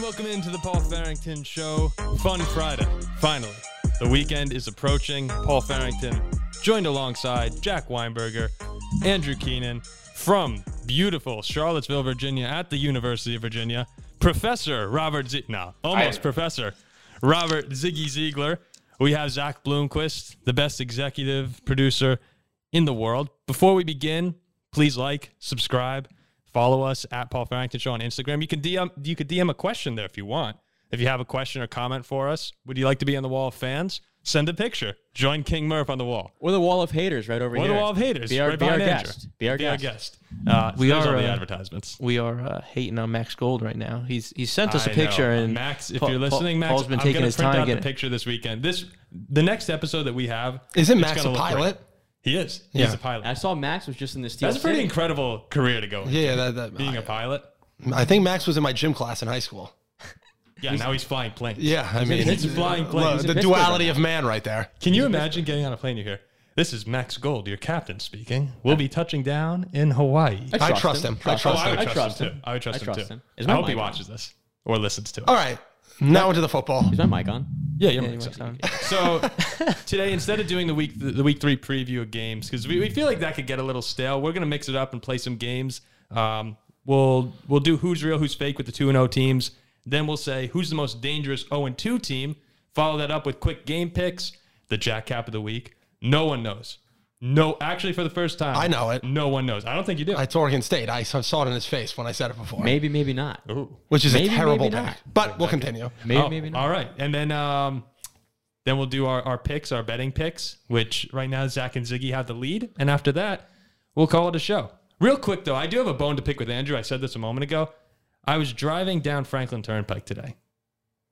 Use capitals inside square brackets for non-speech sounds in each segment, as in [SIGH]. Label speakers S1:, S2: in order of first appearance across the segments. S1: welcome into the Paul Farrington Show. Fun Friday, finally. The weekend is approaching. Paul Farrington, joined alongside Jack Weinberger, Andrew Keenan from beautiful Charlottesville, Virginia, at the University of Virginia, Professor Robert Z. No, almost
S2: I-
S1: Professor Robert Ziggy Ziegler. We have Zach Bloomquist, the best executive producer in the world. Before we begin, please like, subscribe, follow us at Paul Farrington Show on Instagram. You can DM you could DM a question there if you want. If you have a question or comment for us, would you like to be on the wall of fans? Send a picture. Join King Murph on the wall.
S3: Or the wall of haters right over
S1: Or
S3: here.
S1: the wall of haters.
S3: Be our,
S1: right
S3: be our
S1: behind Andrew.
S3: guest. Be our
S1: Be our guest.
S3: guest.
S1: Uh,
S2: We
S1: we are
S2: are,
S1: all the
S2: uh,
S1: advertisements.
S2: We are uh, hating on Max Gold right now. He's he sent us a
S1: I
S2: picture
S1: know.
S2: and
S1: Max, if
S2: Paul-
S1: you're
S2: Paul-
S1: listening, Max,
S2: Paul's been
S1: I'm
S2: taking
S1: gonna
S2: his
S1: print
S2: time
S1: out the
S2: getting.
S1: picture this weekend. This the next episode that we have
S4: Isn't
S1: it's
S4: Max
S1: gonna
S4: a
S1: look great.
S4: pilot?
S1: He is.
S4: Yeah.
S1: He's a pilot.
S3: I saw Max was just in the steel.
S1: That's a pretty
S3: City.
S1: incredible career to go. in.
S4: Yeah, that, that,
S1: Being
S4: I,
S1: a pilot.
S4: I think Max was in my gym class in high school.
S1: Yeah, now he's flying planes.
S4: Yeah, I mean,
S1: It's a flying plane.
S4: look,
S1: He's a
S4: the
S1: Pittsburgh
S4: duality of man right there.
S1: Can you imagine getting on a plane? You hear, this is Max Gold, your captain speaking. We'll be touching down in Hawaii.
S4: I trust him. I
S1: Oh,
S4: trust
S1: I
S4: him.
S1: would
S3: I
S1: trust,
S3: trust
S1: him,
S3: him.
S1: too. I would trust,
S3: I trust
S1: him
S3: him.
S1: too.
S3: Is
S1: I
S3: my
S1: hope he
S3: mic on?
S1: watches this or listens to it.
S4: All right, now into the football.
S3: Is my mic on?
S1: Oh, Yeah, you're
S2: Anyway, so-
S1: So today, instead of doing the week the week three preview of games, because we, we feel like that could get a little stale, we're gonna mix it up and play some games. Um, we'll we'll do who's real, who's fake with the two and zero teams. Then we'll say who's the most dangerous zero and two team. Follow that up with quick game picks, the jack cap of the week. No one knows. No, actually, for the first time,
S4: I know it.
S1: No one knows. I don't think you do.
S4: It's Oregon State. I saw saw it in his face when I said it before,
S3: [LAUGHS] Maybe, maybe not.
S1: Ooh.
S4: which is
S3: Maybe,
S4: a terrible
S3: maybe
S4: pick.
S3: not.
S4: But we'll continue.
S3: Maybe,
S1: Oh,
S3: maybe not.
S1: All right, and then um, then we'll do our, our picks, our betting picks, which right now Zach and Ziggy have the lead, and after that we'll call it a show. Real quick though, I do have a bone to pick with Andrew. I said this a moment ago. I was driving down Franklin Turnpike today.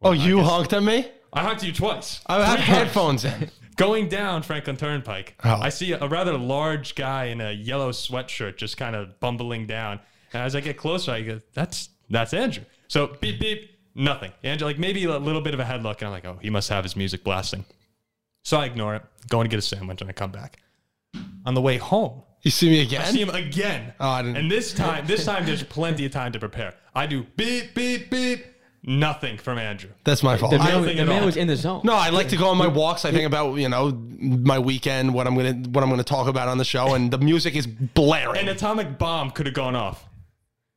S4: Oh, you honked at me?
S1: I honked you twice.
S4: I have
S1: Three
S4: headphones in.
S1: Going down Franklin Turnpike,
S4: Oh.
S1: I see a rather large guy in a yellow sweatshirt just kind of bumbling down. And as I get closer, I go, "That's that's Andrew." So beep beep, nothing. Andrew, like maybe a little bit of a head look, and I'm like, "Oh, he must have his music blasting." So I ignore it, go and get a sandwich, and I come back. On the way home,
S4: You see me
S1: I
S4: again?
S1: see him again,
S4: Oh, I didn't-
S1: and this time, this time there's plenty of time to prepare. I do beep beep beep, nothing from Andrew.
S4: That's my fault.
S3: The
S4: I-
S3: man,
S1: think
S3: the
S1: at
S3: man
S1: all.
S3: was in the zone.
S4: no, I like to go on my walks. I think about you know my weekend, what I'm gonna what I'm gonna talk about on the show, and the music is blaring.
S1: An atomic bomb could have gone off.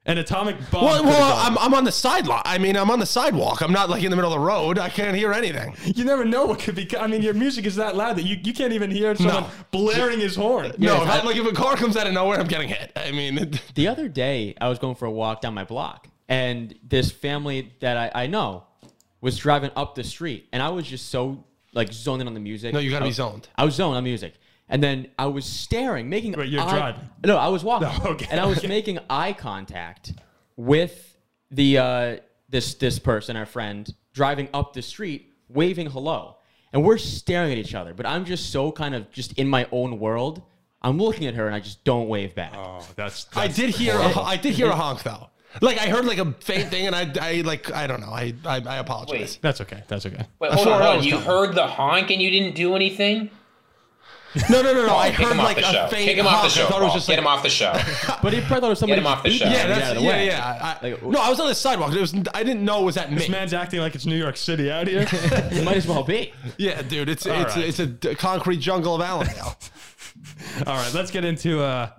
S1: An atomic bomb.
S4: Well,
S1: could have
S4: well
S1: gone
S4: I'm, I'm on the sideline. I mean, I'm on the sidewalk. I'm not like in the middle of the road. I can't hear anything.
S1: You never know what could be. I mean, your music is that loud that you, you can't even hear someone
S4: No.
S1: blaring his horn.
S4: no, if I, like if a car comes out of nowhere, I'm getting hit. I mean, it,
S3: The other day, I was going for a walk down my block, and this family that I, I know was driving up the street, and I was just so like zoned in on the music.
S4: no, you got to
S3: I-
S4: be zoned.
S3: I was zoned on music. And then I was staring, making.
S1: Wait, you're
S3: eye-
S1: driving.
S3: No, I
S1: [LAUGHS]
S3: was walking,
S1: No, okay,
S3: and I was
S1: okay.
S3: making eye contact with the uh, this this person, our friend, driving up the street, waving hello, and we're staring at each other. But I'm just so kind of just in my own world. I'm looking at her, and I just don't wave back.
S1: Oh, that's.
S4: I did hear. A, I did hear a honk though. Like I heard like a faint thing, and I, I like I don't know. I I, I apologize.
S1: That's okay. That's okay.
S5: Wait,
S4: I
S5: hold
S4: thought
S5: on,
S4: that
S5: hold on.
S4: was
S5: You
S4: coming.
S5: heard the honk and you didn't do anything?
S4: No, no, no, no. I
S5: Kick
S4: heard
S5: him off
S4: like
S5: the
S4: a
S5: show.
S4: faint
S5: Kick him off the
S4: honk.
S5: show.
S4: I thought it was
S5: Paul.
S4: just
S5: Get
S4: like
S5: him off
S4: [LAUGHS]
S5: the show.
S3: But he probably thought it was somebody.
S5: him off the
S3: just
S5: show.
S3: beeping
S4: yeah,
S3: him
S4: that's,
S3: out of the
S4: yeah,
S3: way.
S4: yeah. I,
S3: Like,
S4: no, I was on the sidewalk. It was I didn't know it was at me.
S1: This man's acting like it's New York City out here.
S3: It might as well be.
S4: Yeah, dude. It's
S1: All
S4: it's
S1: right.
S4: it's a d- concrete jungle of
S5: [LAUGHS]
S4: Allendale.
S1: All right, let's get into uh,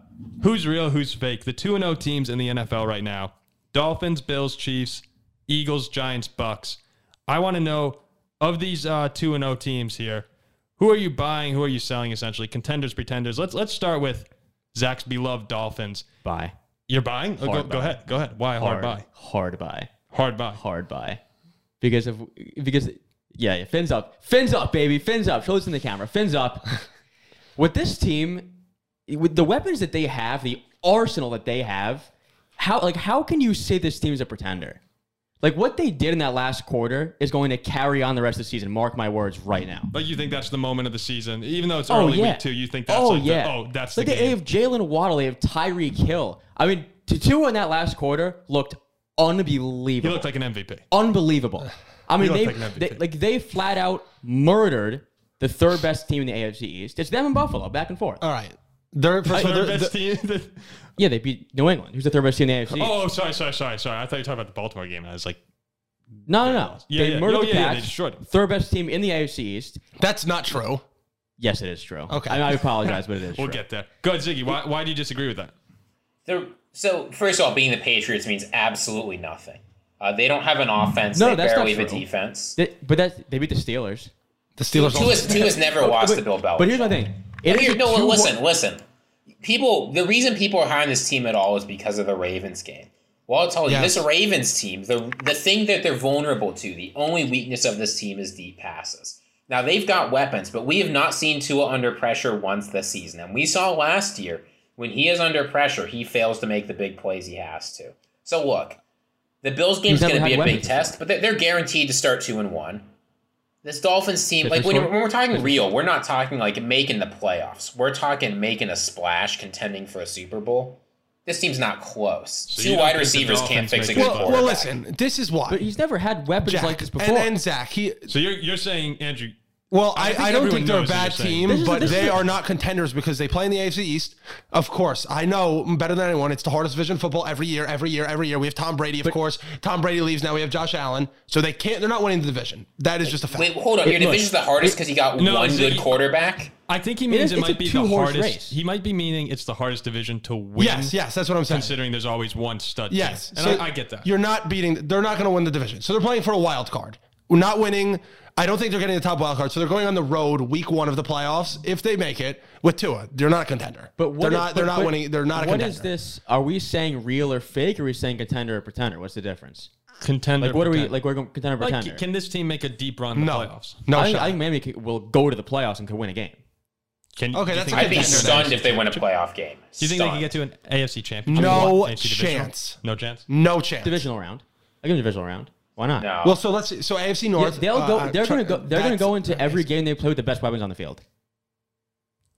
S1: who's real, who's fake. The 2 0 teams in the NFL right now Dolphins, Bills, Chiefs, Eagles, Giants, Bucks. I want to know of these uh, 2 0 teams here, who are you buying? Who are you selling essentially? Contenders, pretenders. Let's, let's start with Zach's beloved Dolphins.
S3: Bye.
S1: You're buying? Oh, go,
S3: Hard
S1: go
S3: buy.
S1: ahead. Go ahead. Why hard, buy?
S3: Hard buy.
S1: Hard buy.
S3: Hard buy. Because if because yeah, yeah, fins up, fins up, baby, fins up. Show this in the camera. Fins [LAUGHS] up. with this team, with the weapons that they have, the arsenal that they have, how like how can you say this team is a pretender? Like what they did in that last quarter is going to carry on the rest of the season. Mark my words right now.
S1: But you think that's the moment of the season, even though it's early week two. You think that's
S3: oh
S1: like
S3: yeah.
S1: The, oh that's
S3: like
S1: the
S3: they
S1: game.
S3: have Jalen Waddle, they have Tyreek Hill. I mean, Tatua in that last quarter looked
S1: He
S3: unbelievable,
S1: looked like an MVP.
S3: unbelievable. I mean,
S1: looked
S3: they
S1: like an MVP.
S3: they, like they flat out murdered the third best team in the AFC East. It's them and Buffalo, back and forth.
S1: Uh.
S4: All right. They're, so
S1: Third
S4: they're-
S1: best team. [LAUGHS]
S3: Yeah, they beat New England, who's the third best team in the AFC. East.
S1: Oh, sorry, sorry, sorry, sorry. I thought you were talking about the Baltimore game. I was like,
S3: No, no, no.
S1: Yeah,
S3: they
S1: yeah.
S3: murdered
S1: Oh,
S3: the
S1: yeah, yeah, they
S3: Pats,
S1: destroyed them.
S3: Third best team in the AFC East.
S4: That's not true.
S3: Yes, it is true.
S4: Okay.
S3: I, I
S1: [LAUGHS]
S3: apologize, but it is
S1: We'll
S3: true.
S1: get there. Go ahead, Ziggy. Why, why do you disagree with that?
S5: They're, so first of all, being the Patriots means absolutely nothing. Uh, they don't have an offense.
S3: No,
S5: they
S3: that's
S5: barely
S3: not
S5: have a
S3: true.
S5: defense.
S3: They- but that's, they beat the Steelers.
S4: The Steelers. also-
S5: Tua's,
S4: [LAUGHS]
S5: Tua's never lost to Bill Belichick.
S3: But here's my thing. It is
S5: Here-
S3: a
S5: no,
S3: two-
S5: listen, listen. People, the reason people are high on this team at all is because of the Ravens game. Well, I'll tell you,
S4: Yes.
S5: this Ravens team, the the thing that they're vulnerable to, the only weakness of this team is deep passes. Now they've got weapons, but we have not seen Tua under pressure once this season, and we saw last year when he is under pressure, he fails to make the big plays he has to. So look, the Bills game is
S3: never
S5: going to be a
S3: had
S5: big
S3: weapons.
S5: test, but they're- they're guaranteed to start two and one. This Dolphins team, like when,
S3: short?
S5: when we're talking real, we're not talking like making the playoffs. We're talking making a splash, contending for a Super Bowl. This team's not close.
S1: So you
S5: Two
S1: don't
S5: wide
S1: think the
S5: receivers can't
S1: Dolphins
S5: fix a
S1: make
S5: good
S1: the
S4: well,
S5: quarterback.
S4: well, listen. This is why.
S3: But he's never had weapons
S4: Jack
S3: like this before.
S4: and then Zach. He.
S1: So you're you're saying Andrew?
S4: Well,
S1: I
S4: I,
S1: think
S4: I, don't
S1: everyone
S4: think they're a
S1: knows what
S4: bad
S1: you're saying.
S4: team,
S3: This is-
S4: but
S3: this is-
S4: they are not contenders because they play in the AFC East. Of course, I know better than anyone. It's the hardest division in football every year, every year, every year. We have Tom Brady, of course. Tom Brady leaves now. We have Josh Allen, so they can't. They're not winning the division. That is just a fact.
S5: Wait, hold on. Your
S3: It- look,
S5: division's the hardest because you got
S1: No,
S5: one
S1: so
S5: good
S1: you-
S5: quarterback.
S1: I think he means
S3: is-
S1: it,
S3: it's a
S1: might be the
S3: two-horse
S1: hardest.
S3: race.
S1: He might be meaning it's the hardest division to win.
S4: yes, yes, that's what I'm saying.
S1: Considering there's always one stud. team.
S4: Yes,
S1: and I, I get that.
S4: You're not beating. They're not going to win the division, so they're playing for a wild card. We're not winning. I don't think they're getting the top wild card, so they're going on the road week one of the playoffs if they make it with Tua. They're not a contender.
S3: But what
S4: they're
S3: is-
S4: not. they're
S3: but-
S4: not
S3: but
S4: winning. They're not a
S3: What
S4: contender.
S3: is this? Are we saying real or fake? Or are we saying contender or pretender? What's the difference?
S1: contender.
S3: Like what are we?
S1: pretender.
S3: Like we're going contender or pretender?
S1: Like, can this team make a deep run in the
S4: No.
S1: playoffs?
S4: No
S3: I, think,
S4: shot.
S3: I think Miami can, will go to the playoffs and could win a game.
S1: Can,
S4: Okay,
S1: do you
S4: that's
S1: think
S4: a
S1: they
S5: I'd be
S1: can-
S4: contender.
S5: stunned if they win a playoff game.
S1: Do you think they can get to an AFC championship?
S4: No
S1: AFC divisional?
S4: chance.
S1: No chance.
S4: no chance.
S3: Divisional round. I give them divisional round. Why not?
S5: No.
S4: Well, so let's see. so AFC
S3: Yeah,
S4: North.
S3: they'll
S4: uh,
S3: go.
S4: uh,
S3: They're
S4: try-
S3: going to go. They're going to
S4: that's-
S3: go into every game they play with the best weapons on the field.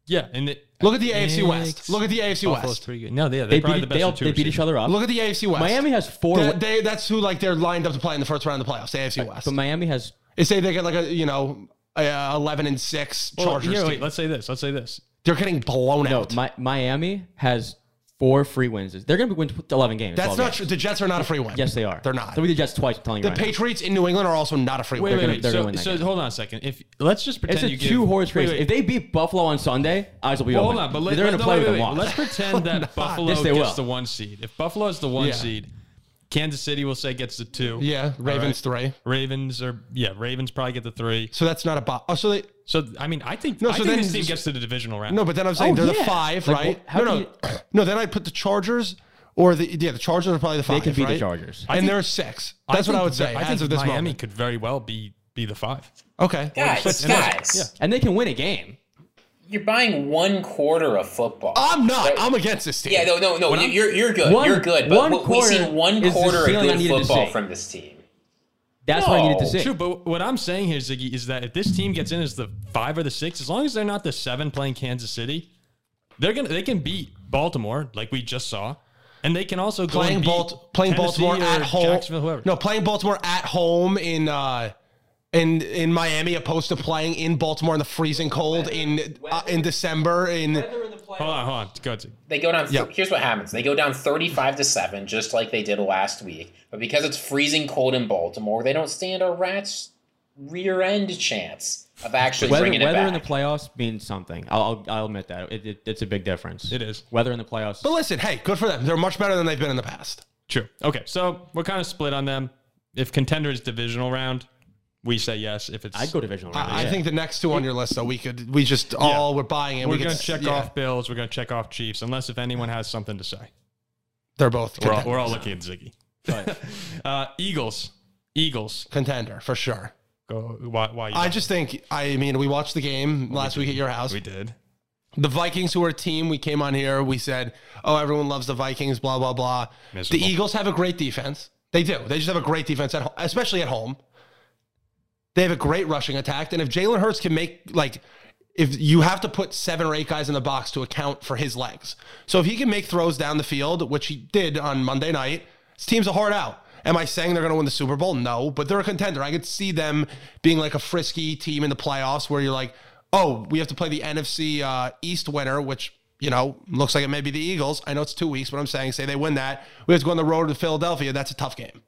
S1: Yeah, and it,
S4: Look at the AFC West. Look at the AFC
S1: Buffalo's
S4: West.
S1: pretty good. No, they, they're
S3: They
S1: probably
S3: beat,
S1: the best.
S3: they'll-
S1: of two
S3: they beat each
S1: receivers.
S3: other up.
S4: Look at the AFC West.
S3: Miami has four.
S4: They,
S3: win-
S4: they- that's who like they're lined up to play in the first round of the playoffs. The AFC West.
S3: but Miami has.
S4: They say they get like a you know a, uh, eleven and six
S3: Oh,
S1: Well,
S4: Chargers.
S1: yeah, wait,
S4: team.
S1: let's say this. Let's say this.
S4: They're getting blown
S3: No,
S4: out.
S3: Mi- Miami has four free wins. They're going to win tw- eleven games.
S4: That's
S3: 12
S4: not
S3: games.
S4: true. The Jets are not a free win.
S3: Yes, they are.
S4: They're not.
S3: They'll be the Jets twice. I'm telling you
S4: The
S3: right now.
S4: Patriots in New England are also not a free
S1: Wait,
S4: win.
S1: wait,
S3: gonna-
S1: wait.
S3: they're gonna
S1: So,
S3: win that
S1: so
S3: game.
S1: hold on a second. If let's just pretend
S3: It's a
S1: you give-
S3: two horse
S1: wait,
S3: race.
S1: wait.
S3: If they beat Buffalo on Sunday, eyes will be
S1: Well,
S3: open.
S1: hold on, but let,
S3: they're
S1: let,
S3: going
S1: no,
S3: to play
S1: wait,
S3: with
S1: wait,
S3: them
S1: wait.
S3: once.
S1: Let's
S3: [LAUGHS]
S1: pretend that Buffalo
S3: Yes, they
S1: gets
S3: will.
S1: the one seed. If Buffalo's the one
S4: Yeah.
S1: seed, Kansas City will say gets the two.
S4: Yeah, Ravens three.
S1: Ravens are yeah. Ravens probably get the three.
S4: So that's not a bo- oh. So they
S1: So I mean, I think
S4: No,
S1: I
S4: so
S1: think
S4: then-
S1: this team gets to the divisional round.
S4: no, but then I'm saying
S3: Oh,
S4: they're the
S3: yeah.
S4: five,
S3: Like,
S4: right?
S3: wh- how
S4: no,
S3: do
S4: no, no. Then I put the Chargers or the yeah. The Chargers are probably the five.
S3: could beat the
S4: right?
S3: Chargers.
S4: and they're six. That's
S1: I
S4: what I
S1: think
S4: would say
S1: that- I
S4: as
S1: think
S4: of this
S1: Miami
S4: moment.
S1: could very well be be the five.
S4: Okay.
S5: guys,
S1: And that's-
S5: guys,
S1: yeah.
S3: and they can win a game.
S5: you're buying one quarter of football.
S4: I'm not. I'm against this team.
S5: Yeah, no, no, no. You're you're good.
S3: One-
S5: you're good. But
S3: one
S5: we- we've
S3: quarter
S5: seen one
S3: is the
S5: quarter of
S3: ceiling I
S5: good
S3: needed to
S5: football
S3: see.
S5: from this team.
S3: That's what I needed to
S5: No.
S3: see.
S1: True, but what I'm saying here, Ziggy, is that if this team gets in as the five or the six, as long as they're not the seven playing Kansas City, they're gonna they can beat Baltimore like we just saw, and they can also go
S4: playing
S1: and beat
S4: Balt, playing
S1: Tennessee
S4: Baltimore
S1: or
S4: at home.
S1: Jacksonville, whoever.
S4: No, playing Baltimore at home in uh, in in Miami, opposed to playing in Baltimore in the freezing cold in uh, in December. In
S1: hold on, hold on. Go ahead, Ziggy.
S5: They go down.
S4: Yep.
S5: Here's what happens. They go down 35 to seven, just like they did last week. But because it's freezing cold in Baltimore, they don't stand a rat's rear end chance of actually
S3: Weather,
S5: bringing it
S3: weather
S5: back.
S3: in the playoffs means something. I'll, I'll, I'll admit that. It, it, it's a big difference.
S1: It is.
S3: Weather in the playoffs.
S4: but listen, hey, good for them. They're much better than they've been in the past.
S1: True. Okay, so we're kind of split on them. If contender is divisional round, we say yes. If it's
S3: I'd go divisional round.
S4: I, I
S3: yeah.
S4: think the next two on your list, though, we could we just all we're buying it.
S1: we're
S4: we could
S1: gonna
S4: s-
S1: check
S4: yeah.
S1: off Bills, we're gonna check off Chiefs, unless if anyone has something to say.
S4: They're both
S1: We're all,
S4: contenders.
S1: we're all looking at Ziggy. [LAUGHS] uh, Eagles, Eagles.
S4: contender for sure.
S1: Go. Why? Why? You
S4: I just think I mean we watched the game last week at your house.
S1: we did.
S4: the Vikings, who are a team, we came on here. We said, "Oh, everyone loves the Vikings." Blah blah blah.
S1: Miserable.
S4: The Eagles have a great defense. They do. They just have a great defense at home, especially at home. They have a great rushing attack, and if Jalen Hurts can make like, if you have to put seven or eight guys in the box to account for his legs, so if he can make throws down the field, which he did on Monday night, his team's a hard out. Am I saying they're going to win the Super Bowl? No, but they're a contender. I could see them being like a frisky team in the playoffs where you're like, oh, we have to play the NFC uh, East winner, which you know looks like it may be the Eagles. I know it's two weeks, but I'm saying say they win that, we have to go on the road to Philadelphia. That's a tough game.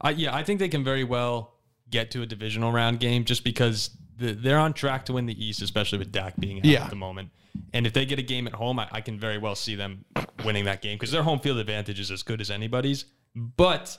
S1: I, yeah, I think they can very well get to a divisional round game just because the, they're on track to win the East, especially with Dak being out
S4: Yeah.
S1: at the moment. And if they get a game at home, I, I can very well see them winning that game because their home field advantage is as good as anybody's. But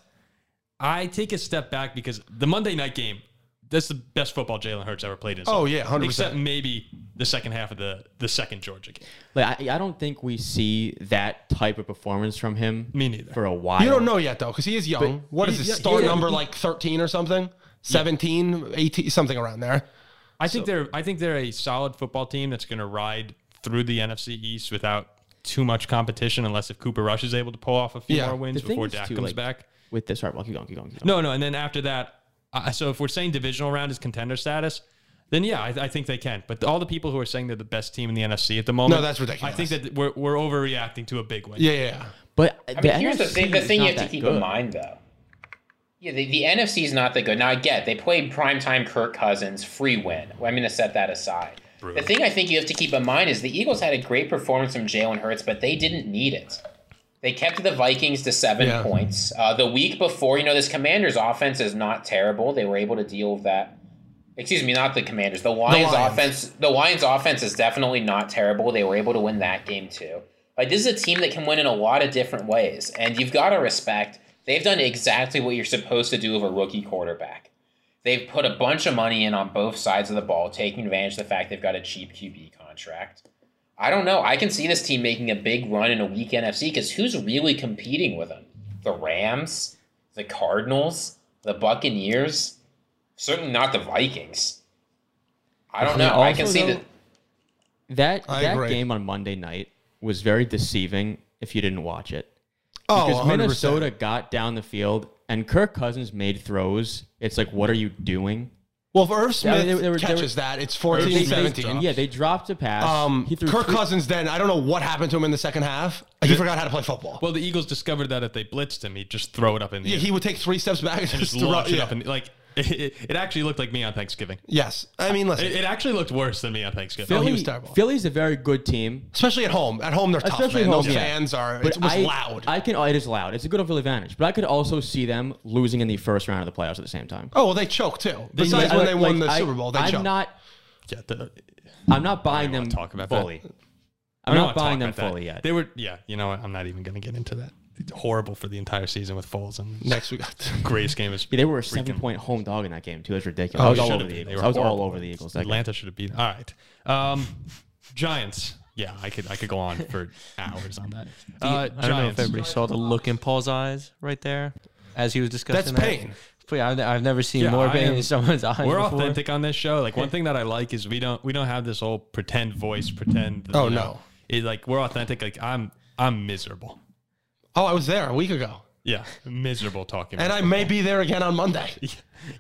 S1: I take a step back because the Monday night game, that's the best football Jalen Hurts ever played in. his
S4: Oh,
S1: life.
S4: yeah, 100%.
S1: Except maybe the second half of the the second Georgia game.
S3: Like I, I don't think we see that type of performance from him.
S1: Me neither.
S3: For a while.
S4: You don't know yet though, because he is young. what is his
S1: yeah,
S4: star
S1: yeah,
S4: number? like thirteen or something, 17, 18, something around there.
S1: I think they're I think they're a solid football team that's going to ride through the NFC East without too much competition, unless if Cooper Rush is able to pull off a few
S4: Yeah.
S1: more
S3: The
S1: wins
S3: thing
S1: before
S3: is,
S1: Dak
S3: too,
S1: comes
S3: like,
S1: back.
S3: With this, all right, well, keep going, keep going. Keep going.
S1: No, no, and then after that, I so if we're saying divisional round is contender status, then yeah, I, I think they can. But all the people who are saying they're the best team in the NFC at the moment,
S4: No, that's ridiculous.
S1: I think that we're, we're overreacting to a big win.
S4: Yeah, yeah. yeah.
S3: But
S5: I
S3: the
S5: mean, here's the
S3: NFC
S5: thing. The
S3: is
S5: thing you
S3: not
S5: have to
S3: that
S5: keep
S3: good.
S5: in mind, though. Yeah, the, the NFC is not that good. Now, I get they played primetime Kirk Cousins, free win. Well, I'm going to set that aside. The thing I think you have to keep in mind is the Eagles had a great performance from Jalen Hurts, but they didn't need it. They kept the Vikings to seven
S4: Yeah.
S5: points. Uh, the week before, you know, this Commanders offense is not terrible. They were able to deal with that. Excuse me, not the Commanders. The Lions,
S4: Lions.
S5: offense. The Lions offense is definitely not terrible. They were able to win that game too. Like this is a team that can win in a lot of different ways, and you've got to respect. They've done exactly what you're supposed to do with a rookie quarterback. They've put a bunch of money in on both sides of the ball, taking advantage of the fact they've got a cheap QB contract. I don't know. I can see this team making a big run in a weak NFC because who's really competing with them? The Rams, the Cardinals, the Buccaneers. Certainly not the Vikings. I don't
S3: I mean,
S5: know. I can
S3: also,
S5: see
S3: though,
S5: that.
S3: That
S4: I
S3: that
S4: agree.
S3: game on Monday night was very deceiving if you didn't watch it.
S4: Oh,
S3: Because
S4: 100%.
S3: Minnesota got down the field and Kirk Cousins made throws. It's like, what are you doing?
S4: Well, if Irv
S3: Yeah, I
S4: Smith
S3: mean, they- they were- they
S4: catches
S3: were-
S4: that, it's
S3: They-
S4: 14,
S3: they-
S4: 17.
S3: yeah, they dropped a pass.
S4: Um,
S3: he threw
S4: Kirk
S3: three-
S4: Cousins. Then I don't know what happened to him in the second half. He forgot how to play football.
S1: Well, the Eagles discovered that if they blitzed him, he'd just throw it up in the
S4: yeah,
S1: air.
S4: he would take three steps back and
S1: just
S4: just throw
S1: launch it
S4: yeah.
S1: up and like [LAUGHS] it, it, it actually looked like me on Thanksgiving.
S4: Yes, I mean, listen,
S1: It, it actually looked worse than me on Thanksgiving.
S4: he
S3: Philly,
S4: was terrible.
S3: Philly's a very good team.
S4: especially at home. At home, they're tough.
S3: Especially
S4: man.
S3: home,
S4: Those
S3: yeah.
S4: fans are.
S3: But
S4: It was
S3: I-
S4: loud.
S3: I can. Oh, it is loud. It's a good overall advantage. But I could also see them losing in the first round of the playoffs at the same time.
S4: oh well, they choked too. Besides when they won
S3: Like,
S4: the
S3: I-
S4: Super Bowl, they
S3: I'm
S4: choked.
S3: not.
S1: Yeah, the-
S3: I'm not buying
S1: wanna
S3: them
S1: talk
S4: Uh,
S1: about that.
S3: fully.
S1: I don't
S3: I'm
S1: wanna
S3: not
S1: talk
S3: buying them
S1: about that.
S3: fully yet.
S1: They were, yeah. You know, what? I'm not even going to get into that. It's horrible for the entire season with Foles and
S4: Next we got
S1: greatest game is
S3: Yeah, they were a seven point home dog in that game too. That's
S4: Oh,
S3: ridiculous. I was
S1: they
S3: all
S1: should've
S3: over the
S1: been. They
S3: Eagles.
S1: were
S3: I was all
S1: horrible.
S3: over the Eagles. That game.
S1: Atlanta should have beaten. All right, um, Giants. Yeah, I could I could go on for hours on that. Uh,
S2: I don't know if
S1: Giants.
S2: everybody saw the look in Paul's eyes right there as he was
S4: That's
S2: discussing that.
S4: pain.
S2: But yeah, I've, I've never seen
S1: Yeah,
S2: more
S1: I
S2: pain
S1: am-
S2: in someone's eyes.
S1: We're
S2: before.
S1: authentic on this show. Like one thing that I like is we don't we don't have this whole pretend voice, pretend.
S4: Oh,
S1: you know,
S4: no.
S1: It, like we're authentic. Like I'm I'm miserable.
S4: [LAUGHS] Oh, I was there a week ago,
S1: Yeah, miserable talking.
S4: and
S1: about
S4: I may be there again on Monday.
S1: [LAUGHS]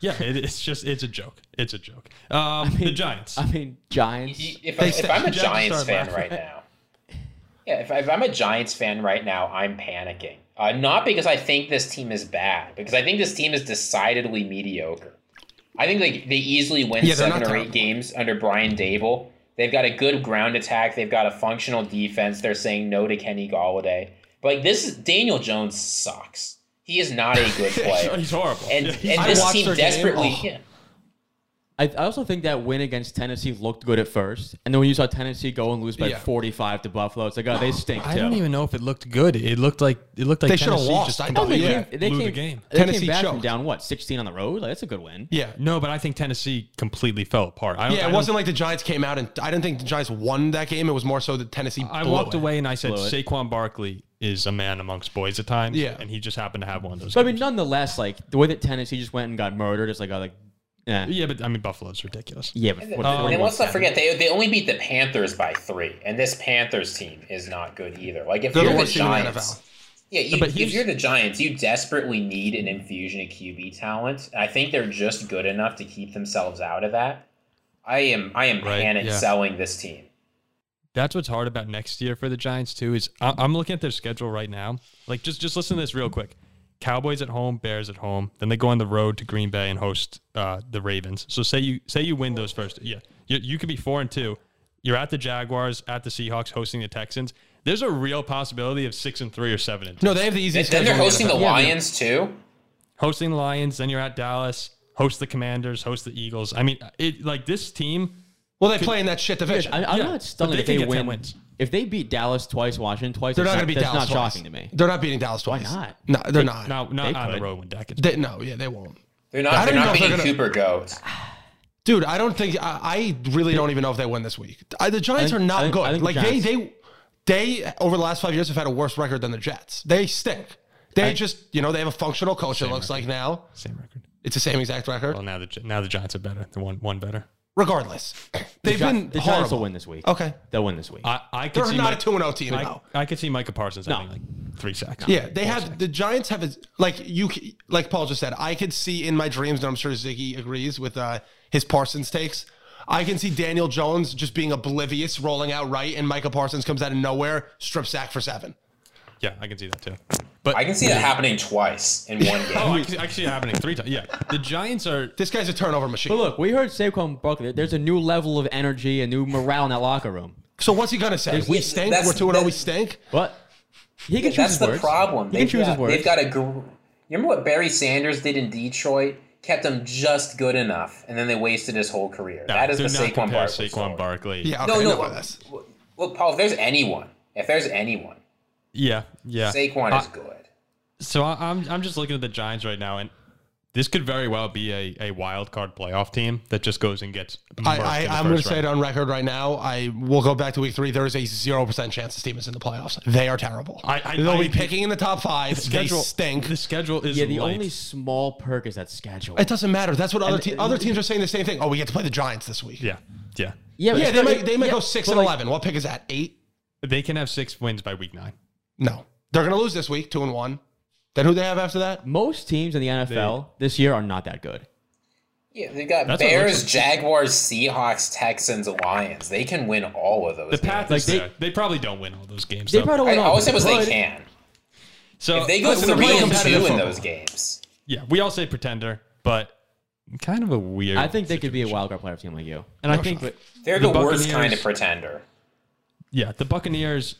S1: Yeah, it, it's just it's a joke. It's a joke. Um, the Giants.
S3: I mean, Giants.
S5: Y- If, I,
S4: said-
S5: if I'm
S4: you
S5: a
S4: have to
S5: Giants
S4: start
S5: fan
S4: laughing.
S5: right now, yeah, if, I, if I'm a Giants fan right now, I'm panicking. Uh, not because I think this team is bad, because I think this team is decidedly mediocre. I think like they easily win
S4: Yeah, they're
S5: seven
S4: not
S5: or eight
S4: terrible.
S5: games under Brian Dable. They've got a good ground attack. They've got a functional defense. They're saying no to Kenny Galladay. But like this is Daniel Jones sucks. He is not a
S4: [LAUGHS]
S5: good player.
S1: He's horrible.
S5: And,
S1: Yeah,
S5: and
S4: I
S5: this
S4: watched
S5: team
S4: their game.
S5: desperately
S4: Oh.
S5: yeah.
S3: I, I also think that win against Tennessee looked good at first, and then when you saw Tennessee go and lose by
S4: Yeah.
S3: 45 to Buffalo, it's like, oh, they stink too.
S1: I don't even know if it looked good. It looked like it looked like
S4: They should've
S1: Tennessee
S4: lost.
S1: just
S4: I
S3: No, they
S1: completely
S4: Yeah.
S3: came, they
S1: blew
S3: came,
S1: the game.
S3: They came
S4: Tennessee
S3: back from
S4: choked.
S3: down what 16 on the road. Like that's a good win.
S4: Yeah,
S1: No, but I think Tennessee completely fell apart. I don't,
S4: yeah.
S1: I
S4: It
S1: don't-
S4: wasn't like the Giants came out and I didn't think the Giants won that game. It was more so that Tennessee.
S1: I
S4: blew
S1: walked
S4: it.
S1: away and I said
S3: Blew it.
S1: Saquon Barkley is a man amongst boys at times.
S4: Yeah.
S1: and he just happened to have one of those.
S3: But I mean,
S1: games.
S3: nonetheless, like the way that Tennessee just went and got murdered, it's like, oh, like, eh.
S1: yeah, but I mean Buffalo's ridiculous.
S3: yeah, but
S1: Uh,
S3: what-
S5: and
S3: 41
S5: let's not
S3: seven.
S5: forget they, they only beat the Panthers by three, and this Panthers team is not good either. Like if
S4: They're the
S5: you're the,
S4: worst team in the
S5: Giants,
S4: NFL.
S5: yeah, you,
S1: But
S5: if
S1: here's-
S5: you're the Giants, you desperately need an infusion of QB talent. I think they're just good enough to keep themselves out of that. I am I am
S1: Right,
S5: panic
S1: yeah.
S5: selling this team.
S1: That's what's hard about next year for the Giants too. Is I- I'm looking at their schedule right now. Like just just listen to this real quick. Cowboys at home, Bears at home, then they go on the road to Green Bay and host uh, the Ravens. So say you say you win those first, yeah, you, you could be four and two. You're at the Jaguars, at the Seahawks, hosting the Texans. There's a real possibility of six and three or seven and two.
S4: No, they have the easiest.
S5: Then they're
S4: schedule in
S5: hosting the
S4: NFL.
S5: Lions too.
S1: hosting the Lions, then you're at Dallas, host the Commanders, host the Eagles. I mean, it like this team.
S4: Well, they play in that shit division.
S3: I, I'm
S1: Yeah,
S3: not
S1: but
S3: stunned
S1: they
S3: if
S1: can
S3: they
S1: get 10
S3: win.
S1: wins.
S3: If they beat Dallas twice, Washington twice,
S4: they're
S3: it's
S4: not going to beat
S3: that's
S4: Dallas
S3: not
S4: twice.
S3: shocking to me.
S4: They're not beating Dallas twice.
S3: not?
S4: No, they're not.
S1: No, not
S3: They
S1: on the
S3: could.
S1: road when Dak is.
S4: They- no, yeah, they won't.
S5: They're
S4: I
S5: not. They're
S4: don't even
S5: not beating
S4: know if they're
S5: Cooper Goat.
S4: Dude, I don't think I, I really don't even know if they win this week. I, the Giants
S3: I think-
S4: are not
S3: I think-
S4: good.
S3: I think the
S4: like they they they over the last five years have had a worse record than the Jets. They stink. They just you know they have a functional coach. It looks like now
S1: Same record.
S4: it's the same exact record.
S1: Well, now the now the Giants are better. The one one better.
S4: Regardless, they've
S3: Gi-
S4: been
S3: the Giants
S4: horrible.
S3: will win this week.
S4: Okay,
S3: They'll win this week.
S1: I I could
S4: they're
S1: see
S4: not
S1: Mike-
S4: a two and zero team
S1: I,
S4: now.
S1: I could see Micah Parsons
S3: No.
S1: having like three sacks.
S4: Yeah, they have the Giants have a, like you c- like Paul just said. I could see in my dreams, and I'm sure Ziggy agrees with uh, his Parsons takes. I can see Daniel Jones just being oblivious, rolling out right, and Micah Parsons comes out of nowhere, strip sack for seven.
S1: yeah, I can see that too.
S4: Oh,
S1: But
S5: I can see that happening twice in
S4: [LAUGHS]
S5: one game.
S1: oh, I can, see- I can see it happening three times. Yeah, the Giants are
S4: This guy's a turnover machine.
S3: but look, we heard Saquon Barkley. There's a new level of energy, a new morale in that locker room.
S4: so what's he gonna say? We stink.
S5: that's-
S4: We're two and zero. We
S5: that-
S4: stink.
S3: But he can choose
S5: That's
S3: his
S5: the
S3: words.
S5: problem.
S3: He can
S5: They've
S3: choose
S5: got,
S3: his words.
S5: they've got a. Gr- you remember what Barry Sanders did in Detroit? Kept him just good enough, and then they wasted his whole career. that is
S1: do
S5: the
S1: not
S5: Saquon
S1: compare
S5: Barkley.
S1: Saquon
S5: story.
S1: Barkley.
S4: Yeah.
S5: No,
S4: Okay,
S5: no.
S4: enough of this.
S5: Look, Paul, if there's anyone, if there's anyone,
S1: yeah, yeah.
S5: Saquon is good.
S1: So I, I'm I'm just looking at the Giants right now, and this could very well be a, a wild card playoff team that just goes and gets.
S4: I,
S1: murked in the
S4: I, I'm going to
S1: first
S4: say it
S1: round.
S4: on record right now. I will go back to week three. There is a zero percent chance this team is in the playoffs. They are terrible.
S1: I- I-
S4: They'll
S1: I-
S4: be picking in the top five. They stink.
S1: The schedule is
S3: yeah, the
S1: light.
S3: only small perk is that schedule.
S4: It doesn't matter. That's what other te-
S3: and-
S4: other teams are saying the same thing. Oh, we get to play the Giants this week.
S1: yeah yeah
S3: yeah, but
S4: Yeah,
S3: it's
S4: they
S3: not-
S4: might they might
S3: yeah,
S4: go six
S3: but
S4: and
S3: like,
S4: eleven. What pick is that? Eight?
S1: they can have six wins by week nine.
S4: No, they're gonna lose this week. Two and one. Then who they have after that?
S3: Most teams in the NFL this year are not that good.
S5: Yeah, they've got
S1: That's what it looks
S5: Bears,
S1: like.
S5: Jaguars, Seahawks, Texans, Lions. They can win all of those.
S1: The
S5: games.
S1: path
S3: Like
S1: is
S3: they-
S1: there. They probably don't win all those games.
S3: They
S1: though.
S3: probably
S5: I,
S3: don't.
S5: all I said was they
S3: but-
S5: can.
S1: so
S5: If they go
S4: Listen, they're
S5: three
S4: playing
S5: and two
S4: competitive
S5: in
S4: football.
S5: those games,
S1: yeah, we all say pretender, but kind of a weird.
S3: I think they could be a wild card playoff team like you.
S1: and I think
S5: they're
S1: The
S5: the, worst
S1: Buccaneers-
S5: kind of pretender.
S1: yeah, the Buccaneers.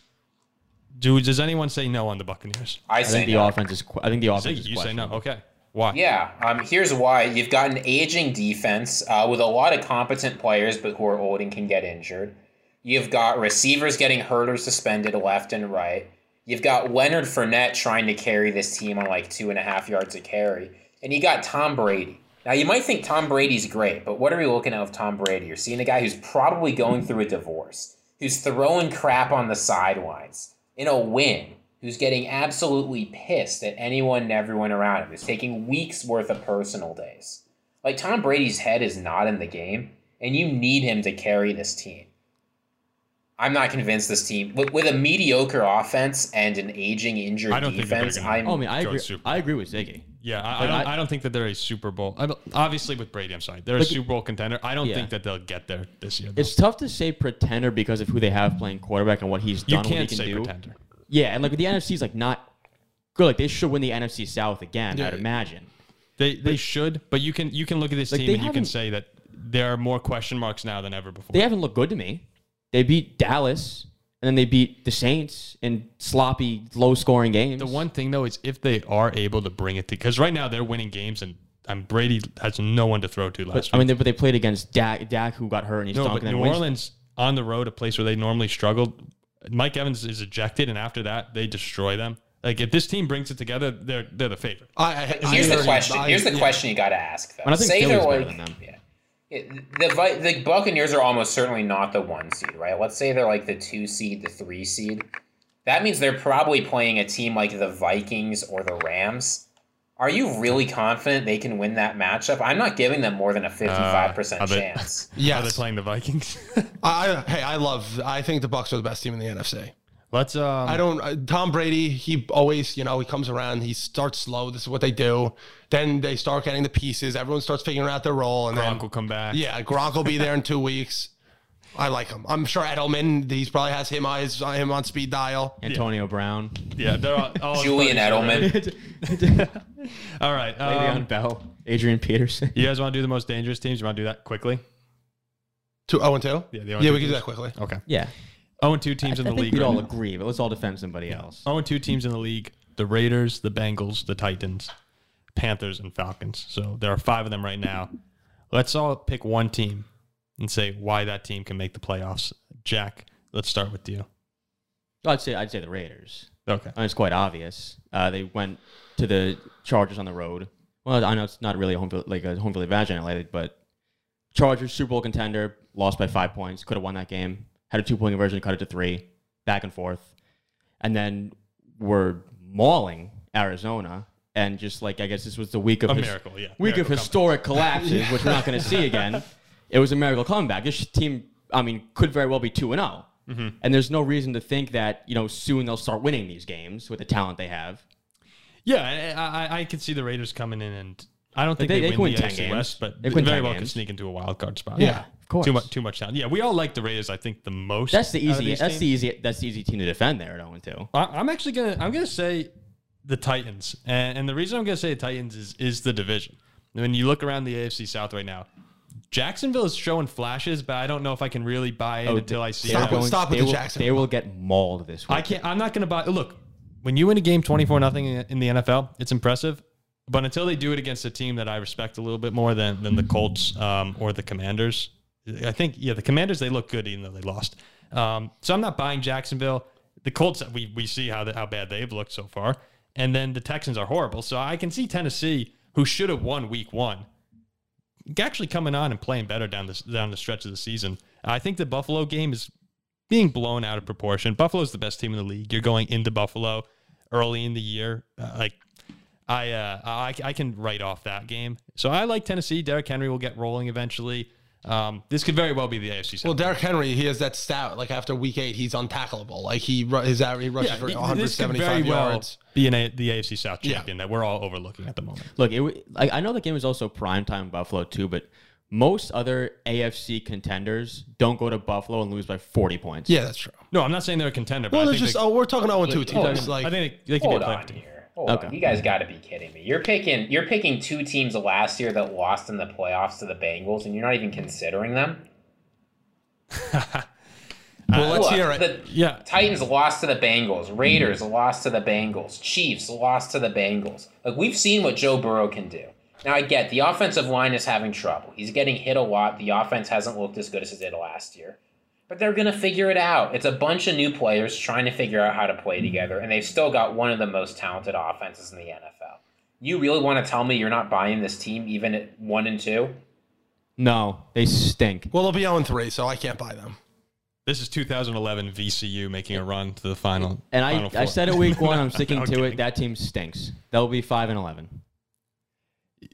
S1: Do does anyone say no on the Buccaneers?
S5: I,
S3: I
S5: say
S3: think the
S5: no.
S3: offense is. que- I think the
S1: Ziggy,
S3: offense is.
S1: you say no.
S3: questionable.
S1: Okay, why?
S5: Yeah, um, here's why. You've got an aging defense uh, with a lot of competent players, but who are old and can get injured. You've got receivers getting hurt or suspended left and right. You've got Leonard Fournette trying to carry this team on like two and a half yards a carry. And you got Tom Brady. Now, you might think Tom Brady's great, but what are we looking at with Tom Brady? You're seeing a guy who's probably going through a divorce, who's throwing crap on the sidelines in a win, who's getting absolutely pissed at anyone and everyone around him, who's taking weeks worth of personal days. Like, Tom Brady's head is not in the game, and you need him to carry this team. I'm not convinced this team with, with a mediocre offense and an aging injured
S1: I don't think that they're
S5: defense.
S1: gonna-
S5: I'm
S3: Oh, I mean, I
S1: Go
S3: agree.
S1: Super
S3: I agree with Ziggy.
S1: Yeah, I, I don't. I, don't think that they're a Super Bowl. I don't, obviously, with Brady, I'm sorry, they're a Super Bowl contender. I don't
S3: Yeah.
S1: think that they'll get there this year. though.
S3: It's tough to say pretender because of who they have playing quarterback and what he's
S1: you
S3: done. what he
S1: can't
S3: can
S1: say
S3: do.
S1: pretender.
S3: Yeah, and like the NFC's like not good. Like they should win the NFC South again. I'd imagine.
S1: They they should, but you can you can look at this
S3: Like,
S1: team
S3: they
S1: and you can
S3: haven't-
S1: say that there are more question marks now than ever before.
S3: They haven't looked good to me. They beat Dallas, and then they beat the Saints in sloppy, low-scoring games.
S1: The one thing though is if they are able to bring it to because right now they're winning games and and Brady has no one to throw to last
S3: I
S1: week.
S3: mean, they, but they played against Dak, Dak who got hurt and he's
S1: no,
S3: stunk.
S1: but
S3: and
S1: New
S3: then wins.
S1: Orleans on the road, a place where they normally struggled. Mike Evans is ejected, and after that, they destroy them. Like if this team brings it together, they're they're the favorite.
S4: I, I, I
S5: Here's the
S4: already-
S5: question.
S4: I-
S5: Here's the
S4: yeah.
S5: question you got to ask though.
S3: And I think
S5: Say
S3: Philly's
S5: they're
S3: better than
S5: like,
S3: them.
S5: yeah. It- the Vi- the Buccaneers are almost certainly not the one seed, right? Let's say they're like the two seed, the three seed. That means they're probably playing a team like the Vikings or the Rams. Are you really confident they can win that matchup? I'm not giving them more than a 55%
S1: Uh, I bet-
S5: chance.
S1: Are they
S4: Yes.
S1: playing the Vikings?
S4: I, I, hey, I love. I think the Bucks are the best team in the NFC.
S1: Let's. Um, [LAUGHS]
S4: I don't. Uh, Tom Brady, he always, you know, he comes around. He starts slow. This is what they do. Then they start getting the pieces. Everyone starts figuring out their role, and
S1: Gronk will
S4: then
S1: come back.
S4: yeah, Gronk will be there in two weeks. I like him. I'm sure Edelman. He's probably has him eyes him on speed dial.
S3: Antonio
S1: [LAUGHS]
S3: Brown, [LAUGHS]
S1: yeah. They're all, all
S5: [LAUGHS] Julian Edelman.
S1: All right.
S3: Le'Veon
S1: Um,
S3: Bell,
S1: [LAUGHS]
S3: Adrian Peterson.
S1: you guys want to do the most dangerous teams? You want to do that quickly?
S4: Two oh and two.
S1: Yeah, they
S4: yeah,
S1: are good
S4: we can do
S1: teams.
S4: that quickly.
S1: Okay.
S3: Yeah,
S1: Oh, and two teams in
S3: I
S1: the
S3: think
S1: league.
S3: we'd
S1: right
S3: all
S1: now. Um,
S3: agree, but let's all defend somebody else.
S1: Oh, and two teams in the league: the Raiders, the Bengals, the Titans. Panthers, and Falcons. So there are five of them right now. Let's all pick one team and say why that team can make the playoffs. Jack, let's start with you.
S3: I'd say I'd say the Raiders.
S1: Okay.
S3: I mean, it's quite obvious. Uh, they went to the Chargers on the road. Well, I know it's not really a home field, like a home field advantage analytic, but Chargers Super Bowl contender lost by five points. Could have won that game. Had a two point conversion, cut it to three, back and forth, and then were mauling Arizona. And just like I guess this was the week of
S1: A
S3: his-
S1: miracle, yeah.
S3: week
S1: Miracle
S3: of historic collapses,
S1: [LAUGHS]
S3: which we're not going to see again. It was a miracle comeback. This team, I mean, could very well be two and zero.
S1: Mm-hmm.
S3: And there's no reason to think that you know soon they'll start winning these games with the talent they have.
S1: Yeah, I, I, I could see the Raiders coming in, and I don't think
S3: They-
S1: they,
S3: they
S1: win,
S3: can
S1: the
S3: win 10
S1: AFC
S3: games.
S1: West, but they
S3: They can win
S1: very
S3: 10
S1: well can
S3: games.
S1: sneak into a wild card spot.
S4: Yeah.
S3: of course.
S1: too much, too much talent. Yeah, we all like the Raiders. I think the most.
S3: That's the
S1: out of
S3: easy.
S1: these
S3: That's the
S1: teams.
S3: easy. That's the easy team to defend there at 0 2.
S1: I, I'm actually gonna I'm gonna say the Titans, and, and the reason I'm gonna say the Titans is is the division. When you look around the AFC South right now, Jacksonville is showing flashes, but I don't know if I can really buy in until I see
S4: Stop
S1: them.
S4: with- stop with
S3: they
S4: the
S3: will,
S4: Jacksonville.
S3: They will get mauled this week.
S1: I can't. I'm not gonna buy. Look, when you win a game 24 nothing in the NFL, it's impressive. But until they do it against a team that I respect a little bit more than than the Colts um, or the Commanders, I think yeah, the Commanders they look good even though they lost. Um, so I'm not buying Jacksonville. The Colts we we see how the, how bad they've looked so far, and then the Texans are horrible. So I can see Tennessee, who should have won Week One, actually coming on and playing better down the down the stretch of the season. I think the Buffalo game is being blown out of proportion. Buffalo's the best team in the league. You're going into Buffalo early in the year. Uh, like I, uh, I, I can write off that game. So I like Tennessee. Derrick Henry will get rolling eventually. Um, this could very well be the AFC. South.
S4: Well, Derrick Henry, he has that stat. Like after week eight, he's untacklable. Like he ru- his average he rushes for
S1: Yeah, this could
S4: 175
S1: very well
S4: yards.
S1: be an a, the AFC South
S4: Yeah.
S1: champion that we're all overlooking at the moment.
S3: Look, it, w- like, I know the game is also prime time in Buffalo too, but most other AFC contenders don't go to Buffalo and lose by 40 points.
S4: Yeah, that's true.
S1: No, I'm not saying they're a contender. But
S4: Well,
S1: I
S4: there's
S1: think
S4: just
S1: they,
S4: oh, we're talking 0 2
S1: I
S4: teams.
S1: think-
S4: Like
S1: oh, I think they, they can be a
S5: Hold
S1: playoff
S5: on
S1: team.
S5: here. Hold on.
S3: Okay.
S5: You guys got to be kidding me. You're picking you're picking two teams last year that lost in the playoffs to the Bengals, and you're not even considering them.
S4: well, let's
S5: Look,
S4: hear it.
S5: uh, The
S1: Yeah,
S5: Titans lost to the Bengals. Raiders lost to the Bengals. Chiefs lost to the Bengals. Like we've seen what Joe Burrow can do. Now I get the offensive line is having trouble. He's getting hit a lot. The offense hasn't looked as good as it did last year. But they're gonna figure it out. It's a bunch of new players trying to figure out how to play together, and they've still got one of the most talented offenses in the NFL. You really want to tell me you're not buying this team even at one and two?
S3: No, they stink.
S4: well, it'll be 0 3, so I can't buy them.
S1: this is 2011 VCU making a run to the final.
S3: And
S1: final
S3: I,
S1: four.
S3: I said it week
S4: [LAUGHS]
S3: one. I'm sticking
S1: No, I'm
S3: to
S1: kidding.
S3: it. That team stinks. They'll be 5 and 11.
S1: [LAUGHS]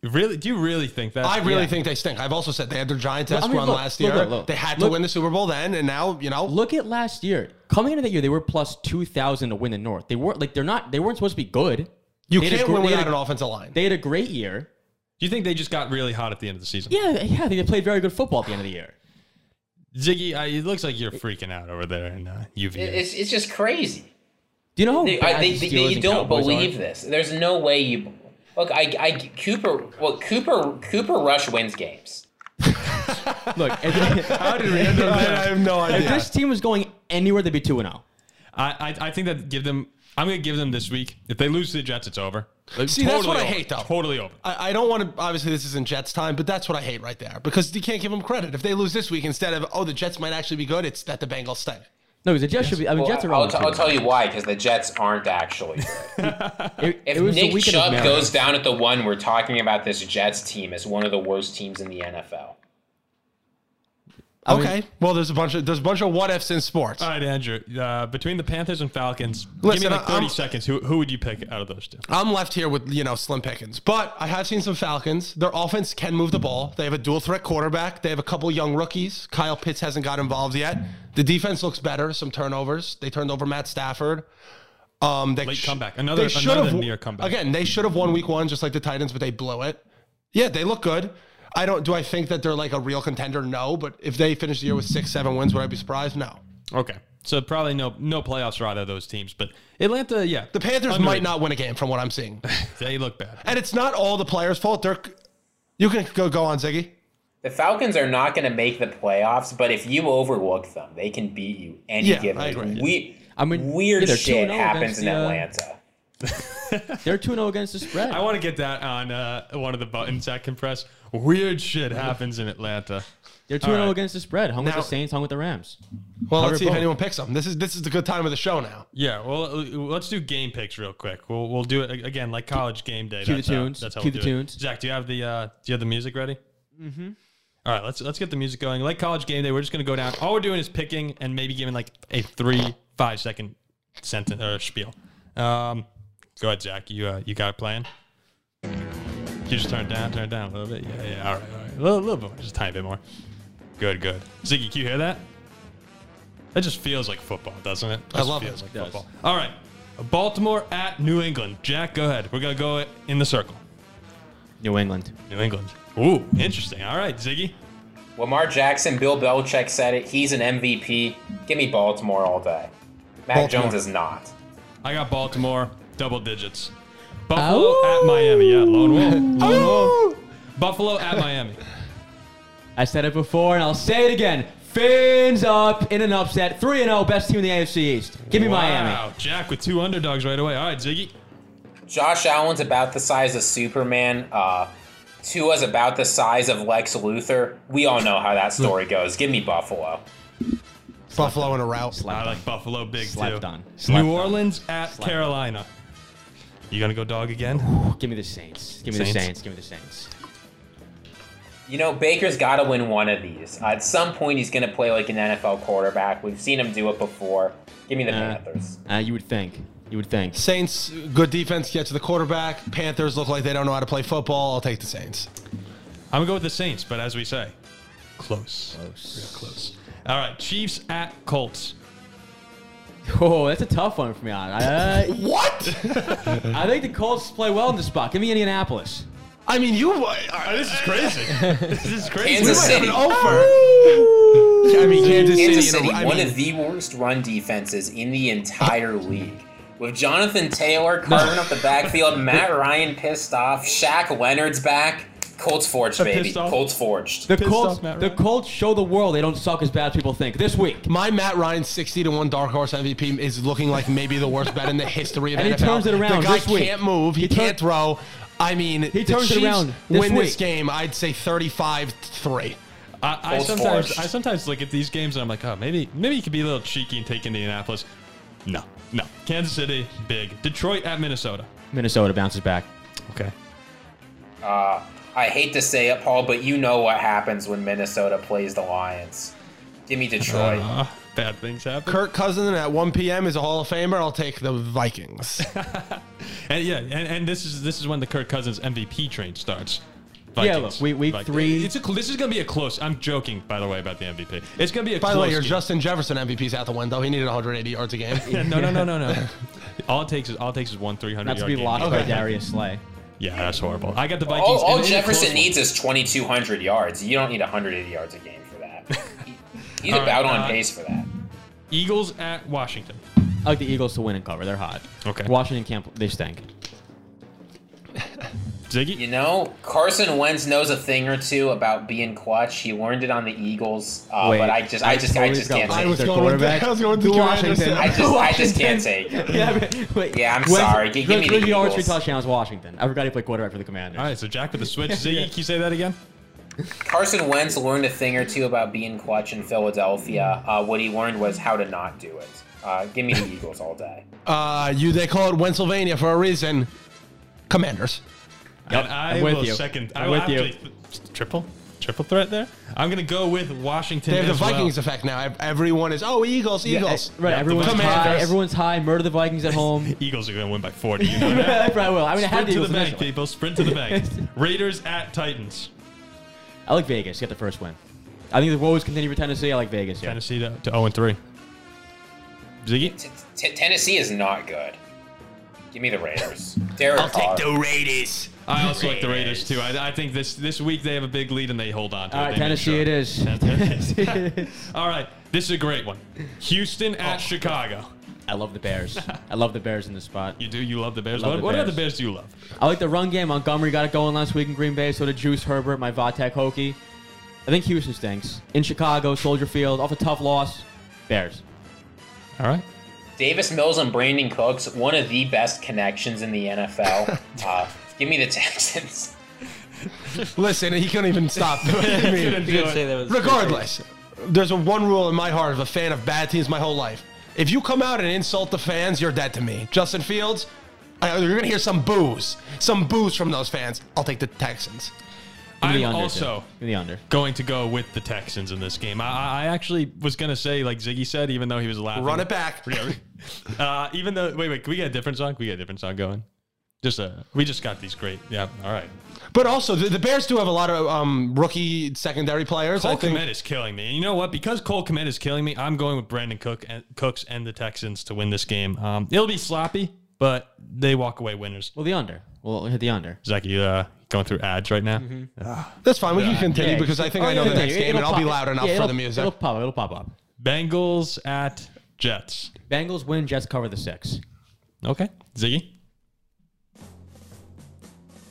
S1: really, do you really think that?
S4: I really
S3: yeah.
S4: think they stink. I've also said they had their Giants ass
S3: I mean,
S4: run
S3: look,
S4: last
S3: look,
S4: year.
S3: look, look.
S4: They had to
S3: Look-
S4: win the Super Bowl then, and now you know.
S3: Look at last year. Coming into that year, they were plus 2,000 to win the North. They weren't like they're not. They weren't supposed to be good.
S4: you
S3: they had a
S4: can't
S3: gr-
S4: win
S3: they had
S4: without
S3: a-
S4: an offensive line.
S3: They had a great year.
S1: Do you think they just got really hot at the end of the season?
S3: Yeah, yeah. They played very good football at the end of the year.
S1: Ziggy, I, it looks like you're freaking out over there in uh, UVA.
S5: It- It's, it's just crazy.
S3: Do you know how
S5: They, I,
S3: bad
S5: they,
S3: the
S5: they,
S3: Steelers
S5: you
S3: and
S5: don't
S3: Cowboys are?
S5: believe this. There's no way you look. I, I Cooper. Well, Cooper Cooper Rush wins games.
S3: Look, if,
S4: [LAUGHS] How did we end up
S3: [LAUGHS]
S4: there? I have no
S3: if
S4: idea.
S3: this team was going anywhere, they'd be two and oh. zero.
S1: I, I, I think that give them. I'm gonna give them this week. If they lose to the Jets, it's over. Like,
S4: See, that's what I
S1: over.
S4: hate, though.
S1: Totally over.
S4: I, I don't want to. Obviously, this isn't Jets time, but that's what I hate right there because you can't give them credit if they lose this week. Instead of oh, the Jets might actually be good, it's that the Bengals stink.
S3: No, because the Jets should be. I mean,
S5: Well,
S3: Jets are
S5: I'll,
S3: all.
S5: t- I'll tell you why. Because the Jets aren't actually.
S3: [LAUGHS]
S5: good.
S3: It,
S5: If
S3: it was the
S5: Nick
S3: weekend of
S5: Chubb
S3: Maryland.
S5: goes down at the one, we're talking about this Jets team as one of the worst teams in the NFL.
S3: I mean-
S4: okay, well, there's a bunch of there's a bunch of what ifs in sports.
S1: All right, Andrew. Uh, between the Panthers and Falcons, give
S4: Listen,
S1: me like 30
S4: I'm-
S1: seconds. Who, who would you pick out of those two?
S4: I'm left here with you know slim pickings, but I have seen some Falcons. Their offense can move the ball. They have a dual threat quarterback. They have a couple young rookies. Kyle Pitts hasn't got involved yet. The defense looks better. Some turnovers. They turned over Matt Stafford. Um, they
S1: Late
S4: sh-
S1: comeback. Another-
S4: should
S1: another
S4: have-
S1: near comeback.
S4: Again, they should have won Week One just like the Titans, but they blew it. Yeah, they look good. I don't. Do I think that they're like a real contender? No, but if they finish the year with six, seven wins, would I be surprised? No.
S1: Okay, so probably no no playoffs for either of those teams. But Atlanta, yeah,
S4: The Panthers
S1: Underrated.
S4: might not win a game from what I'm seeing,
S1: they look bad.
S4: and it's not all the players' fault. They're. You can go go on, Ziggy.
S5: The Falcons are not going to make the playoffs, but if you overlook them, they can beat you any
S4: Yeah,
S5: given.
S4: I agree.
S5: We,
S3: I mean,
S5: weird
S3: yeah, they're
S5: shit
S3: 2-0 against
S5: happens in
S3: the, uh,
S5: Atlanta.
S3: They're 2 0 against the spread.
S1: I want to get that on uh, one of the buttons I can press. Weird shit happens in Atlanta.
S3: They're 2 0
S1: right.
S3: against the spread. Hung with
S4: Now-
S3: the Saints, hung with the Rams.
S4: Well,
S3: Cover
S4: let's see if
S3: both.
S4: anyone picks them. This is this is the good time of the show now.
S1: Yeah, well, uh, let's do game picks real quick. We'll we'll do it a- again like college game day.
S3: Cue the
S1: that's how-
S3: tunes.
S1: that's how
S3: Cue
S1: we'll
S3: the
S1: do it.
S3: tunes.
S1: Zach, do you have the uh, do you have the music ready? Mm-hmm. All right, let's let's get the music going. Like college game day, we're just gonna go down. All we're doing is picking and maybe giving like a three five second sentence or spiel. Um, go ahead, Zach. You uh, you got it playing? You just turn it down, turn it down a little bit. Yeah, yeah. All right, all right. A little, little bit more, just a tiny bit more. Good, good. Ziggy, can you hear that? That just feels like football, doesn't it? Just
S4: love it.
S1: feels like
S3: does.
S1: football. All right. Baltimore at New England. Jack, go ahead. We're going to go in the circle.
S3: New England.
S1: New England. Ooh, interesting. All right, Ziggy.
S5: Lamar Jackson, Bill Belichick said it. He's an MVP. Give me Baltimore all day. Mac
S4: Baltimore.
S5: Jones is not.
S1: I got Baltimore, double digits. Buffalo
S3: Oh.
S1: at Miami. Yeah, lone
S3: [LAUGHS]
S1: wolf. Lone wolf. [LAUGHS] Buffalo at Miami.
S3: I said it before and I'll say it again. Fins up in an upset. 3 0, best team in the AFC East. Give me Miami.
S1: Wow, Jack with two underdogs right away. All right, Ziggy.
S5: Josh Allen's about the size of Superman. Uh, Tua's about the size of Lex Luthor. We all know how that story goes. Give me Buffalo.
S4: Buffalo in a route.
S1: I
S3: Slapped
S1: like Buffalo big
S3: Slapped
S1: too.
S3: on. Slapped
S1: New
S3: on.
S1: Orleans at
S3: Slapped on.
S1: Carolina. You gonna go dog again?
S3: on. [SIGHS] Give me the Saints. Give me the
S1: Saints.
S3: Saints. Give me the Saints.
S5: You know, Baker's got to win one of these. at some point, he's going to play like an NFL quarterback. We've seen him do it before. Give me the
S3: Uh,
S5: Panthers.
S3: Uh, you would think. You would think.
S4: Saints, good defense, get to the quarterback. Panthers look like they don't know how to play football. I'll take the Saints.
S1: I'm gonna go with the Saints, but as we say, close. Close. All right, Chiefs at Colts.
S3: [LAUGHS] Oh, that's a tough one for me. I, I,
S4: What?
S3: I think the Colts play well in this spot. Give me Indianapolis.
S4: [LAUGHS] I mean, you. Uh,
S1: this is
S3: [LAUGHS]
S1: crazy. this is crazy.
S4: we might
S5: Kansas
S4: have
S5: City.
S4: an offer. I mean, Kansas,
S5: Kansas
S4: City.
S5: City,
S4: you know, I
S5: one
S4: mean,
S5: of the worst run defenses in the entire league. With Jonathan Taylor carving up the
S1: [LAUGHS]
S5: backfield, Matt Ryan pissed off, Shaq Leonard's back. Colts forged, baby.
S1: pissed off?
S5: Colts forged.
S3: The
S1: Pissed
S3: Colts.
S1: off, Matt
S3: The
S1: Ryan.
S3: Colts show the world they don't suck as bad as people think. This week,
S4: my Matt Ryan sixty to one dark horse MVP is looking like maybe the worst bet in the history of
S3: And he
S4: NFL.
S3: turns it around
S4: The guy
S3: this week.
S4: can't move. He,
S3: He turn-
S4: can't throw. I mean,
S3: He turns it
S4: the Chiefs
S3: around this
S4: win this
S3: week.
S4: game. I'd say thirty-five three.
S1: I, I
S5: Colts
S1: sometimes
S5: forged.
S1: I sometimes look at these games and I'm like, oh, maybe maybe you could be a little cheeky and take Indianapolis. No, no. Kansas City, big. Detroit at Minnesota.
S3: Minnesota bounces back.
S1: Okay.
S5: Uh, I hate to say it, Paul, but you know what happens when Minnesota plays the Lions. Give me Detroit.
S1: Uh, bad things happen.
S4: Kirk Cousin at one p.m. is a Hall of Famer. I'll take the
S3: [LAUGHS]
S4: Vikings.
S1: And yeah, and, and this is this is when the Kirk Cousins MVP train starts.
S3: Yeah, look, we- week three-
S1: It's a, cl- this is gonna be a close. I'm joking, by the way, about the MVP. It's gonna be a
S4: By
S1: close.
S4: the way, your
S1: game.
S4: Justin Jefferson MVP's out the window. He needed 180 yards a
S3: [LAUGHS]
S4: game.
S1: Yeah, no, no, no, no, no. all it takes is all it takes is one 300
S3: Not to
S1: yard
S3: be
S1: game.
S3: locked by
S4: Okay.
S3: Darius Slay.
S1: Yeah, that's horrible. I got the Vikings.
S5: all all
S1: and it is a close
S5: Oh, Jefferson
S1: one.
S5: needs is 2,200 yards. You don't need 180 yards a game
S1: [LAUGHS]
S5: for that. He- He's
S1: All right,
S5: about
S1: uh,
S5: on pace for that.
S1: Eagles at Washington.
S3: I like the Eagles to win and cover. They're hot.
S1: Okay.
S3: Washington can't. They stink.
S1: Ziggy.
S5: You know, Carson Wentz knows a thing or two about being clutch. He learned it on the Eagles, uh,
S3: Wait,
S5: but I just, I just, I
S3: totally
S5: just
S3: forgot
S5: can't
S3: about
S5: take.
S4: was
S5: it.
S3: their
S4: going with- [LAUGHS]
S3: quarterback.
S4: I was going with
S3: To
S4: Detroit
S3: Washington.
S4: Anderson.
S5: I just, I just can't
S3: Washington.
S5: take. it.
S3: Yeah, but, wait,
S5: Yeah, I'm sorry. Gi- give me the
S3: 300 yards, three
S5: Eagles.
S3: touchdowns, Washington. I forgot he played quarterback for the Commanders.
S1: All right, so Jack
S3: [LAUGHS]
S1: with the switch. Ziggy, can you say that again?
S5: Carson Wentz learned a thing or two about being clutch in Philadelphia. Uh, what he learned was how to not do it. Uh, give me the Eagles all day.
S4: Uh, you they call it Pennsylvania for a reason. Commanders.
S3: Yep,
S1: and I
S3: I'm with
S1: will
S3: you.
S1: second.
S3: I'm
S1: I will
S3: with you.
S1: actually- triple, triple threat there. I'm gonna go with Washington.
S4: They have the
S1: as well.
S4: Vikings effect now. Ev- Everyone is oh Eagles,
S3: Yeah,
S4: Eagles.
S3: eh, right,
S1: Yep, the
S3: everyone's
S1: Vikings.
S3: high.
S4: Commanders.
S3: Everyone's high. Murder the Vikings
S1: [LAUGHS]
S3: at home. [LAUGHS]
S1: Eagles are gonna win by 40. You know that?
S3: I probably will. I mean, I had
S1: Sprint
S3: the
S1: to the
S3: Eagles
S1: bank,
S3: initially.
S1: people. Sprint to the bank.
S3: [LAUGHS]
S1: Raiders at Titans.
S3: I like Vegas. Get the first win. I think the woes continue for Tennessee. I like Vegas. Yeah.
S1: Tennessee to, to 0 Oh, and 3. Ziggy.
S5: T- T- Tennessee is not good. Give me the Raiders. Derek Carr.
S4: Raiders.
S1: I also like the Raiders too. I, I think this this week they have a big lead and they hold on to
S3: All
S1: it.
S3: right,
S1: They make
S3: Tennessee
S1: sure.
S3: it is. [LAUGHS] Tennessee it is.
S1: [LAUGHS]
S3: Oh.
S1: All right, this is a great one. Houston at Chicago.
S3: I love the Bears. I love the Bears in this spot.
S1: You do you love the Bears?
S3: Love
S1: what
S3: the
S1: what about
S3: Bears.
S1: the Bears do you love?
S3: I like the run game. Montgomery got it going last week in Green Bay. So did Juice Herbert, my Vatek Hokie. I think Houston stinks. In Chicago, Soldier Field, off a tough loss. Bears.
S1: All right.
S5: Davis Mills and Brandon Cooks, one of the best connections in the NFL. Uh, give me the Texans.
S4: Listen, he couldn't even stop. I mean,
S2: [LAUGHS] You could say that was
S4: regardless, there's a one rule in my heart of a fan of bad teams my whole life. If you come out and insult the fans, you're dead to me. Justin Fields, I, you're gonna hear some boos, some boos from those fans. I'll take the Texans.
S3: Give
S1: I'm
S3: me the under,
S1: also
S3: Tim. Give me the under.
S1: going to go with the Texans in this game. I, I- I actually was going to say, like Ziggy said, even though he was laughing.
S4: Run it back.
S1: Yeah. [LAUGHS] uh, even though, wait, wait, can we get a different song? Can we get a different song going? Just uh, we just got these great. Yeah, all right.
S4: [LAUGHS] But also, the, the Bears do have a lot of um, rookie secondary players.
S1: Cole
S4: I think
S1: Komet is killing me. And you know what? Because Cole Komet is killing me, I'm going with Brandon Cook and Cooks and the Texans to win this game. Um, it'll be sloppy, but they walk away winners.
S3: Well, the under. We'll hit the under.
S1: Zach, you uh, going through ads right now?
S4: Mm-hmm. that's fine. We can continue
S3: Yeah.
S4: because I think
S3: Oh,
S4: I know
S3: yeah,
S4: the
S3: yeah,
S4: next
S3: yeah,
S4: game, and
S3: it'll
S4: I'll be
S3: pop-
S4: loud enough
S3: yeah,
S4: for
S3: it'll-
S4: the music.
S3: It'll pop up. It'll pop up.
S1: Bengals at Jets.
S3: Bengals win. Jets cover the six.
S1: Okay, Ziggy.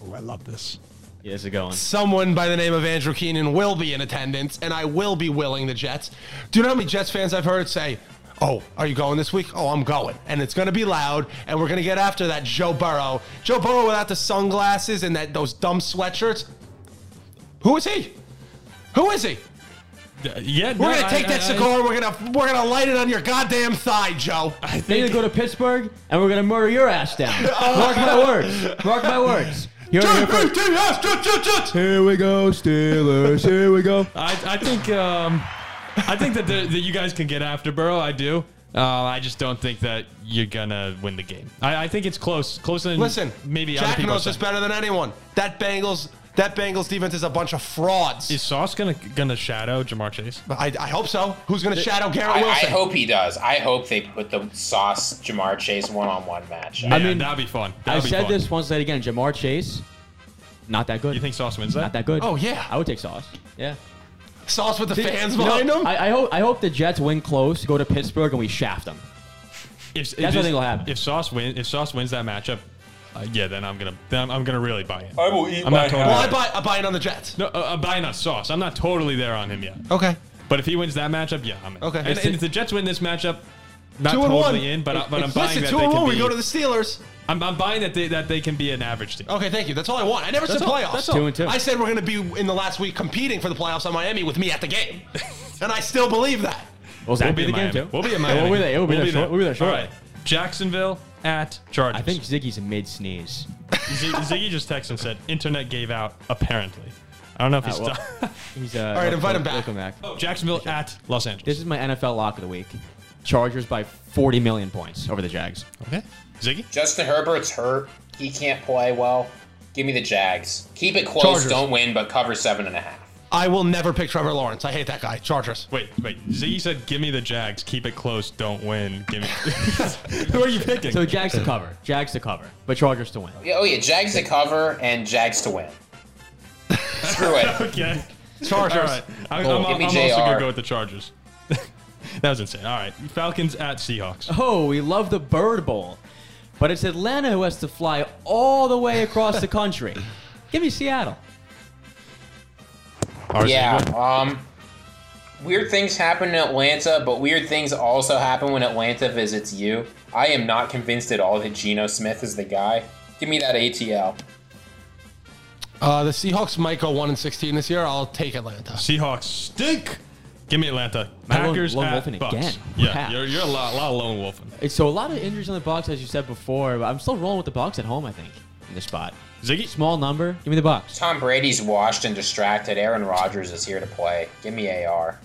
S1: Oh, I love this.
S3: Yeah, this is going.
S4: someone by the name of Andrew Keenan will be in attendance, and I will be willing the Jets. Do you know how many Jets fans I've heard say, Oh, are you going this week? Oh, I'm going. And it's going to be loud, and we're going to get after that Joe Burrow. Joe Burrow without the sunglasses and that those dumb sweatshirts. Who is he? Who is he?
S1: D- yeah,
S4: We're
S1: no,
S4: gonna
S1: I-
S4: take that
S1: I- I-
S4: cigar. We're gonna we're gonna light it on your goddamn thigh, Joe.
S1: I
S3: Then you
S1: think
S3: go to Pittsburgh, and we're gonna murder your ass down. Mark my words. Mark my words. You're here first.
S4: Jets, Jets, Jets, Jets.
S3: Here we go, Steelers. Here we go.
S1: I, I think um, I think that the, that you guys can get after Burrow. I do. Uh, I just don't think that you're gonna win the game. I, I think it's close, closer than
S4: Listen,
S1: maybe other
S4: Jack
S1: people
S4: knows this
S1: think.
S4: better than anyone. That Bengals that Bengals defense is a bunch of frauds.
S1: Is Sauce gonna gonna shadow Jamar Chase?
S4: I, I hope so. Who's going to shadow Garrett
S5: I, I
S4: Wilson?
S5: hope he does. I hope they put the Sauce Jamar Chase one on one match.
S1: Man,
S5: I,
S1: I mean,
S3: mean,
S1: that'd be fun.
S3: I
S1: That'd be
S3: said
S1: fun.
S3: this once, say it again. Jamar Chase, not that good.
S1: You think Sauce wins that?
S3: not that good?
S4: Oh, yeah.
S3: I would take Sauce. Yeah.
S4: Sauce with the fans
S3: You know,
S4: behind him.
S3: I, I hope I hope the Jets win close, go to Pittsburgh, and we shaft them.
S1: If, if
S3: what I
S1: this-
S3: think will happen.
S1: If Sauce win, if Sauce wins that matchup, uh, yeah, then I'm gonna then I'm, I'm gonna really buy in.
S5: will eat
S1: I'm not my totally-
S4: well,
S1: hat.
S4: I buy, I buy it on the Jets.
S1: No, uh, I'm buying on Sauce. I'm not totally there on him yet.
S4: Okay.
S1: But if he wins that matchup, yeah, I'm in.
S4: Okay.
S1: And, and if the Jets win this matchup, not
S4: Two and
S1: totally
S4: one.
S1: in, but, I, but I'm buying
S4: Listen,
S1: that
S4: two
S1: they
S4: and
S1: can
S4: one.
S1: be.
S4: We go to the Oh, Steelers.
S1: I'm, I'm buying that they that they can be an average team.
S4: Okay, thank you. That's all I want. I never said
S1: all-
S4: playoffs.
S1: that's
S3: all. Two and two.
S4: I said we're going to be in the last week competing for the playoffs on Miami with me at the game, and I still believe that.
S3: Well,
S1: We'll be, in Miami. We'll be in Miami.
S3: [LAUGHS] We'll be there. We'll be there. short- We'll be there.
S1: All
S3: short.
S1: right. Jacksonville at Chargers.
S3: I think Ziggy's a mid sneeze. [LAUGHS]
S1: Z- Ziggy just texted and said internet gave out. Apparently, I don't know if he's
S3: well-
S1: [LAUGHS] done.
S3: He's uh, all
S4: right, invite him back.
S3: Welcome back.
S1: Jacksonville at Los Angeles.
S3: This is my NFL lock of the week. Chargers by 40 million points over the Jags.
S1: Okay. Ziggy.
S5: Justin Herbert's hurt. He can't play well. Give me the Jags. Keep it close.
S4: Chargers.
S5: Don't win, but cover seven and a half.
S4: I will never pick Trevor Lawrence. I hate that guy. Chargers.
S1: Wait, wait. Ziggy said, "Give me the Jags. Keep it close. Don't win. Give
S3: [LAUGHS]
S1: me." [LAUGHS] Who are you picking?
S3: So Jags to cover. Jags to cover. But Chargers to win.
S5: Yeah, Oh yeah, Jags to cover and Jags to win. Screw
S1: [LAUGHS]
S5: it.
S1: okay.
S4: Chargers.
S1: All right. I'm, I'm,
S5: Give
S1: I'm
S5: me
S1: also gonna
S5: JR.
S1: go with the Chargers. [LAUGHS] that was insane. All right. Falcons at
S3: [LAUGHS]
S1: Seahawks.
S3: Oh, we love the Bird Bowl. But it's Atlanta who has to fly all the way across the country. Give me Seattle.
S1: Ours
S5: Yeah.
S1: is good.
S5: Um. Weird things happen in Atlanta, but weird things also happen when Atlanta visits you. I am not convinced at all that Geno Smith is the guy. Give me that ATL.
S4: Uh, the Seahawks might go one and sixteen this year. I'll take Atlanta.
S1: Seahawks stink. Give me Atlanta.
S3: I lone-
S1: Packers
S3: lone
S1: at
S3: wolfing
S1: Bucks.
S3: again.
S1: Yeah,
S3: Wow.
S1: you're, you're a lot, lot of lone wolfing.
S3: It's- So a lot of injuries on the box, as you said before. But I'm still rolling with the box at home. I think in this spot,
S1: Ziggy.
S3: small number. Give me the box.
S5: Tom Brady's washed and distracted. Aaron Rodgers is here to play. Give me AR.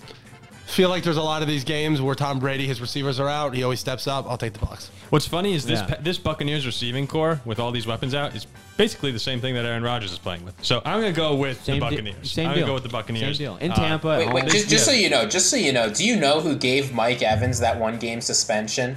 S4: Feel like there's a lot of these games where Tom Brady, his receivers are out. He always steps up. I'll take the Bucks.
S1: What's funny is this
S3: Yeah.
S1: pa- this Buccaneers receiving core with all these weapons out is basically the same thing that Aaron Rodgers is playing with. So I'm gonna go with
S3: Same
S1: the
S3: de-
S1: Buccaneers.
S3: same
S1: I'm gonna
S3: deal.
S1: go with the Buccaneers
S3: Same deal in
S1: Uh,
S3: Tampa. at
S5: Wait,
S3: home.
S5: wait, just, just so
S1: yeah.
S5: you know, just so you know, do you know who gave Mike Evans that one game suspension?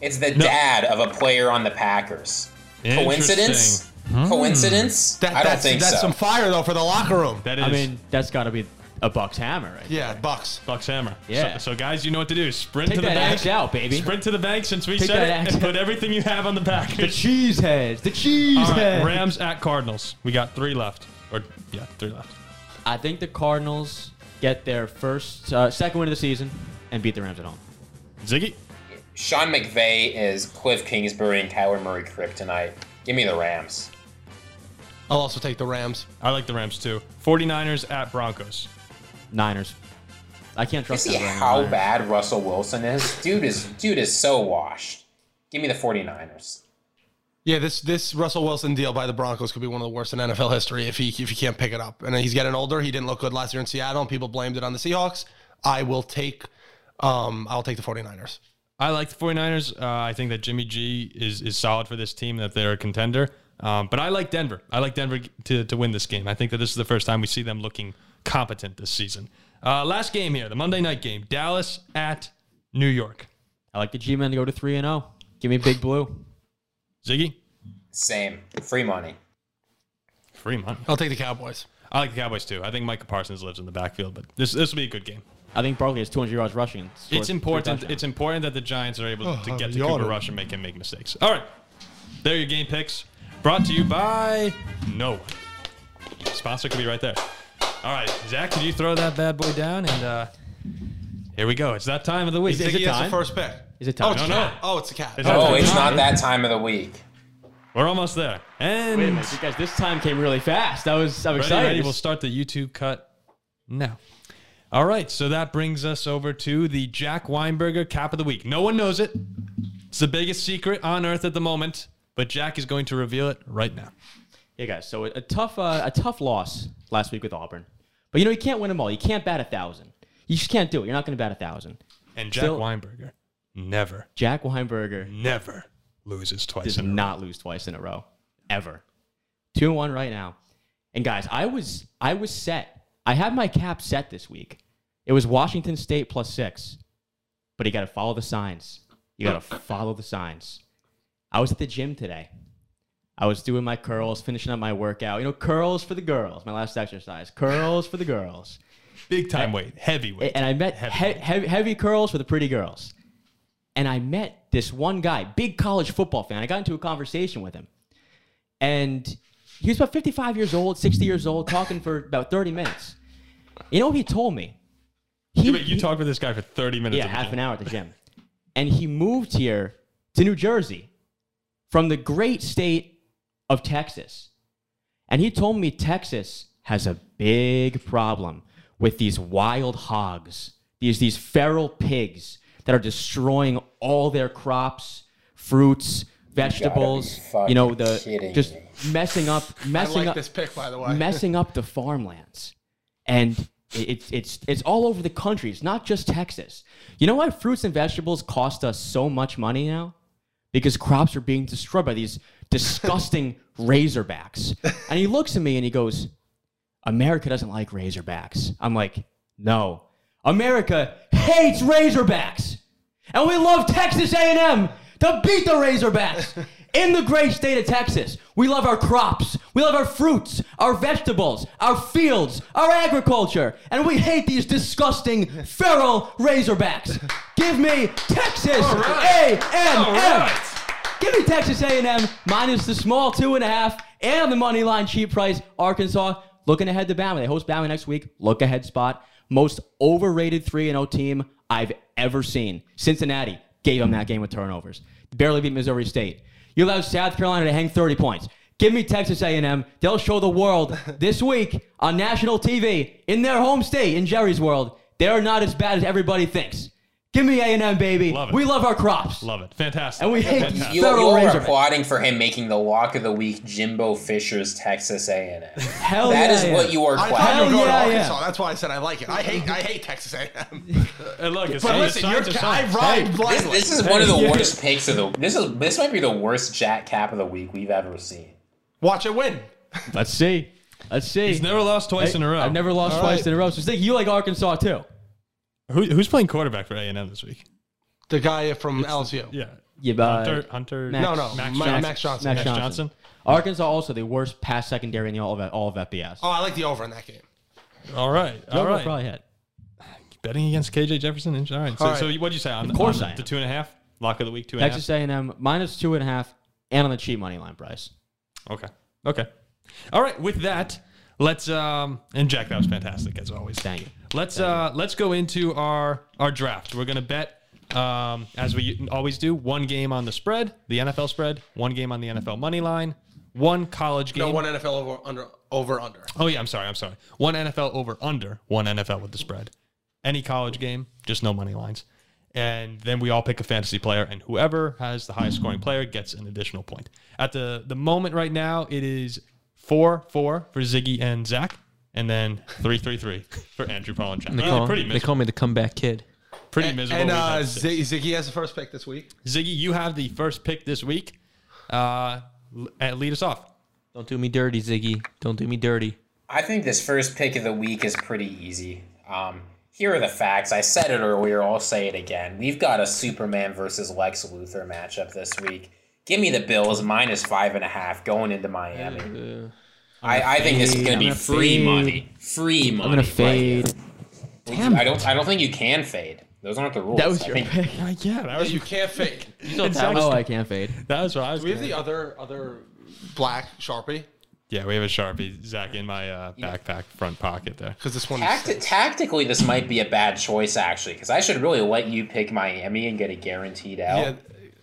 S5: It's the dad of a player on the Packers. Coincidence? Coincidence?
S4: Hmm. That,
S5: I don't
S4: that's
S5: think
S4: that's
S5: so.
S4: some fire though for the locker room.
S1: That is
S3: I mean, that's got to be a box hammer, right?
S4: yeah, Bucks.
S1: Bucks hammer.
S3: Yeah.
S1: So, so guys, you know what to do. Sprint
S3: Take
S1: to the
S3: that
S1: bank.
S3: axe out, baby.
S1: Sprint to the bank since we
S3: Take
S1: said
S3: that
S1: it,
S3: axe
S1: and
S3: out.
S1: put everything you have on the
S3: The
S1: Packers.
S3: cheese heads. The cheese
S1: All right,
S3: heads.
S1: Rams at Cardinals. We got three left, or yeah, three left.
S3: I think the Cardinals get their first, uh, second win of the season, and beat the Rams at home.
S1: Ziggy.
S5: Sean McVay is Cliff Kingsbury and Kyler Murray kryptonite. Give me the Rams.
S4: I'll also take the Rams.
S1: I like the Rams too. 49ers at Broncos.
S3: Niners. I can't
S5: You
S3: trust
S5: see
S3: that brand,
S5: how
S3: Niners.
S5: bad Russell Wilson is? Dude is dude is so washed. Give me the 49ers.
S4: Yeah, this this Russell Wilson deal by the Broncos could be one of the worst in NFL history if he if he can't pick it up. And he's getting older. He didn't look good last year in Seattle, and people blamed it on the Seahawks. I will take um I'll take the 49ers.
S1: I like the 49ers. Uh, I think that Jimmy G is is solid for this team, that they're a contender. Um, but I like Denver. I like Denver to, to win this game. I think that this is the first time we see them looking competent this season. Uh, last game here, the Monday night game Dallas at New York.
S3: I like the G men to go to three and zero. Give me Big Blue.
S1: Ziggy,
S5: Same. Free money.
S1: free money.
S4: I'll take the Cowboys.
S1: I like the Cowboys too. I think Micah Parsons lives in the backfield, but this this will be a good game.
S3: I think Barkley has 200 yards rushing. and scores
S1: It's
S3: three
S1: important.
S3: touchdowns.
S1: It's important that the Giants are able to
S4: Oh,
S1: get to
S4: yawning.
S1: Cooper Rush and make him make mistakes. All right, there are your game picks. Brought to you by no one. Sponsor could be right there. All right, Zach, could you throw that bad boy down? And uh, here we go. It's that time of the week.
S3: Is it
S4: Ziggy has the
S3: time?
S4: first pick.
S3: Is it
S4: Oh,
S3: time?
S4: it's
S1: No,
S4: a
S1: no.
S4: cat. Oh, it's a cat.
S1: It's
S4: Oh,
S1: not-
S5: Oh,
S1: Okay.
S5: it's not that time of the week.
S1: We're almost there. And
S3: Wait a minute, you guys, this time came really fast. I was, I'm
S1: Ready,
S3: excited.
S1: ready. We'll start the YouTube cut now. All right, so that brings us over to the Jack Weinberger Cap of the Week. No one knows it. It's the biggest secret on earth at the moment, but Jack is going to reveal it right now.
S3: Yeah, guys. So a, a tough, uh, a tough loss last week with Auburn. But you know, you can't win them all. You can't bat a thousand. You just can't do it. You're not going to bat a thousand.
S1: And Jack
S3: Still-
S1: Weinberger never,
S3: Jack Weinberger
S1: never loses twice
S3: does
S1: in a row.
S3: not lose twice in a row ever. Two and one right now. And guys, I was, I was set. I had my cap set this week. It was Washington State plus six. But you got to follow the signs. You got to follow the signs. I was at the gym today. I was doing my curls, finishing up my workout. You know, curls for the girls, my last exercise. Curls for the girls.
S1: Big time weight, heavy weight.
S3: And I met
S1: Heavy.
S3: heavy, heavy, heavy curls for the pretty girls. And I met this one guy, big college football fan. I got into a conversation with him. And he was about 55 years old, 60 years old, talking for about 30 minutes. You know what he told me? He,
S1: Wait, you
S3: he-
S1: talked with this guy for 30 minutes.
S3: yeah,
S1: of the
S3: half
S1: game.
S3: an hour at the gym. And he moved here to New Jersey from the great state of Texas. And he told me Texas has a big problem with these wild hogs, these, these feral pigs that are destroying all their crops, fruits, vegetables, you,
S5: fucking
S3: know, the
S5: kidding
S3: just
S5: me.
S3: messing up
S4: I
S3: messing
S4: like
S3: up
S4: this pick by the way.
S3: messing up the farmlands. And it- it's it's it's all over the country. It's not just Texas. You know why fruits and vegetables cost us so much money now? Because crops are being destroyed by these disgusting
S4: [LAUGHS]
S3: razorbacks. And he looks at me and he goes, America doesn't like razorbacks. I'm like, no. America hates razorbacks. And we love Texas A&M to beat the Razorbacks in the great state of Texas. We love our crops, we love our fruits, our vegetables, our fields, our agriculture, and we hate these disgusting feral Razorbacks. Give me Texas A&M. Give me Texas A&M minus the small two and a half and on the money line cheap price. Arkansas looking ahead to Bama. They host Bama next week. Look ahead spot. Most overrated 3 0 team I've ever seen. Cincinnati gave them that game with turnovers. Barely beat Missouri State. You allowed South Carolina to hang 30 points. Give me Texas A&M. They'll show
S1: [LAUGHS]
S3: the world this week on national TV in their home state in Jerry's world. They're not as bad as everybody thinks. Give me A&M, baby.
S1: Love it.
S3: we love our crops.
S1: Love it. Fantastic.
S3: And we hate
S1: Fantastic.
S5: You, you
S3: Federal
S5: are
S3: Razorback.
S5: applauding for him making the walk of the week, Jimbo Fisher's Texas A&M.
S3: Hell
S5: That
S3: yeah,
S5: is
S3: yeah.
S5: what you are
S4: I thought you
S5: clapping.
S4: were going
S3: Hell yeah,
S4: to
S3: yeah.
S4: Arkansas. That's why I said I like it. I hate I hate Texas A&M.
S1: Hey, look, it's
S4: But
S1: it's
S4: listen, you're,
S1: signs are
S4: I
S1: signs.
S4: ride
S5: This,
S4: blindly.
S5: this is one of the worst picks of the. This is this might be the worst Jack Cap of the week we've ever seen.
S4: Watch it win.
S3: Let's see. Let's see.
S1: He's never lost twice in a row.
S3: I've never lost
S4: All
S3: twice
S4: right.
S3: in a row. So think you like Arkansas too.
S1: Who, who's playing quarterback for A and M this week?
S4: The guy from LSU.
S1: Yeah,
S3: Yeah, but
S1: Hunter. Hunter
S3: Max-
S4: No, no,
S1: Max
S4: Ma-
S1: Johnson.
S4: Max Johnson.
S3: Max
S1: Max
S3: Johnson.
S1: Johnson.
S3: Arkansas also the worst pass secondary in the all of all of FBS.
S4: Oh, I like the over in that game.
S1: All right, all
S3: Joe
S1: right.
S3: probably had.
S1: Betting against KJ Jefferson. and- All right. So,
S4: All right.
S1: so what would you say on,
S3: Of course
S1: on
S3: I am.
S1: the two and a half lock of the week? Two and a half.
S3: Texas A&M minus two and a half, and on the cheap money line price.
S1: Okay. Okay. All right. With that, let's um and Jack, that was fantastic as always.
S3: Thank you.
S1: Let's uh let's go into our our draft. We're gonna bet um, as we always do, one game on the spread, the NFL spread, one game on the NFL money line, one college game.
S4: No, one NFL over under over under.
S1: Oh yeah, I'm sorry, I'm sorry. One NFL over under, one NFL with the spread. Any college game, just no money lines. And then we all pick a fantasy player, and whoever has the highest scoring player gets an additional point. At the the moment right now, it is four four for Ziggy and Zach, and then three three three for Andrew Paul and Jack.
S2: They
S1: Uh,
S2: call,
S1: pretty
S2: they
S1: miserable.
S2: call me the comeback kid.
S1: pretty miserable.
S4: And
S1: We've had
S4: uh,
S1: six.
S4: Z- Ziggy has the first pick this week.
S1: Ziggy, you have the first pick this week. Uh, l- uh, lead us off.
S2: Don't do me dirty, Ziggy. Don't do me dirty.
S5: I think this first pick of the week is pretty easy. Um, here are the facts. I said it earlier. I'll say it again. We've got a Superman versus Lex Luthor matchup this week. Give me the Bills minus five and a half going into Miami.
S2: Uh,
S5: I, I think this is going
S3: I'm
S5: to be
S3: gonna
S5: free
S3: fade.
S5: money. Free money.
S3: I'm gonna
S5: right here.
S3: fade.
S5: I don't. I don't think you can fade. Those aren't the rules.
S3: That was
S5: I
S3: your [LAUGHS]
S5: think-
S3: pick.
S1: yeah, that
S4: [LAUGHS] You can't fake.
S3: [LAUGHS] Oh, I can't fade.
S1: that was what I was.
S4: Do we have the other other black sharpie?
S1: Yeah, we have a sharpie, Zach, in my uh, backpack front pocket there.
S4: Because this one.
S5: Tacti- tactically, this might be a bad choice actually, because I should really let you pick Miami and get a guaranteed out.
S4: yeah.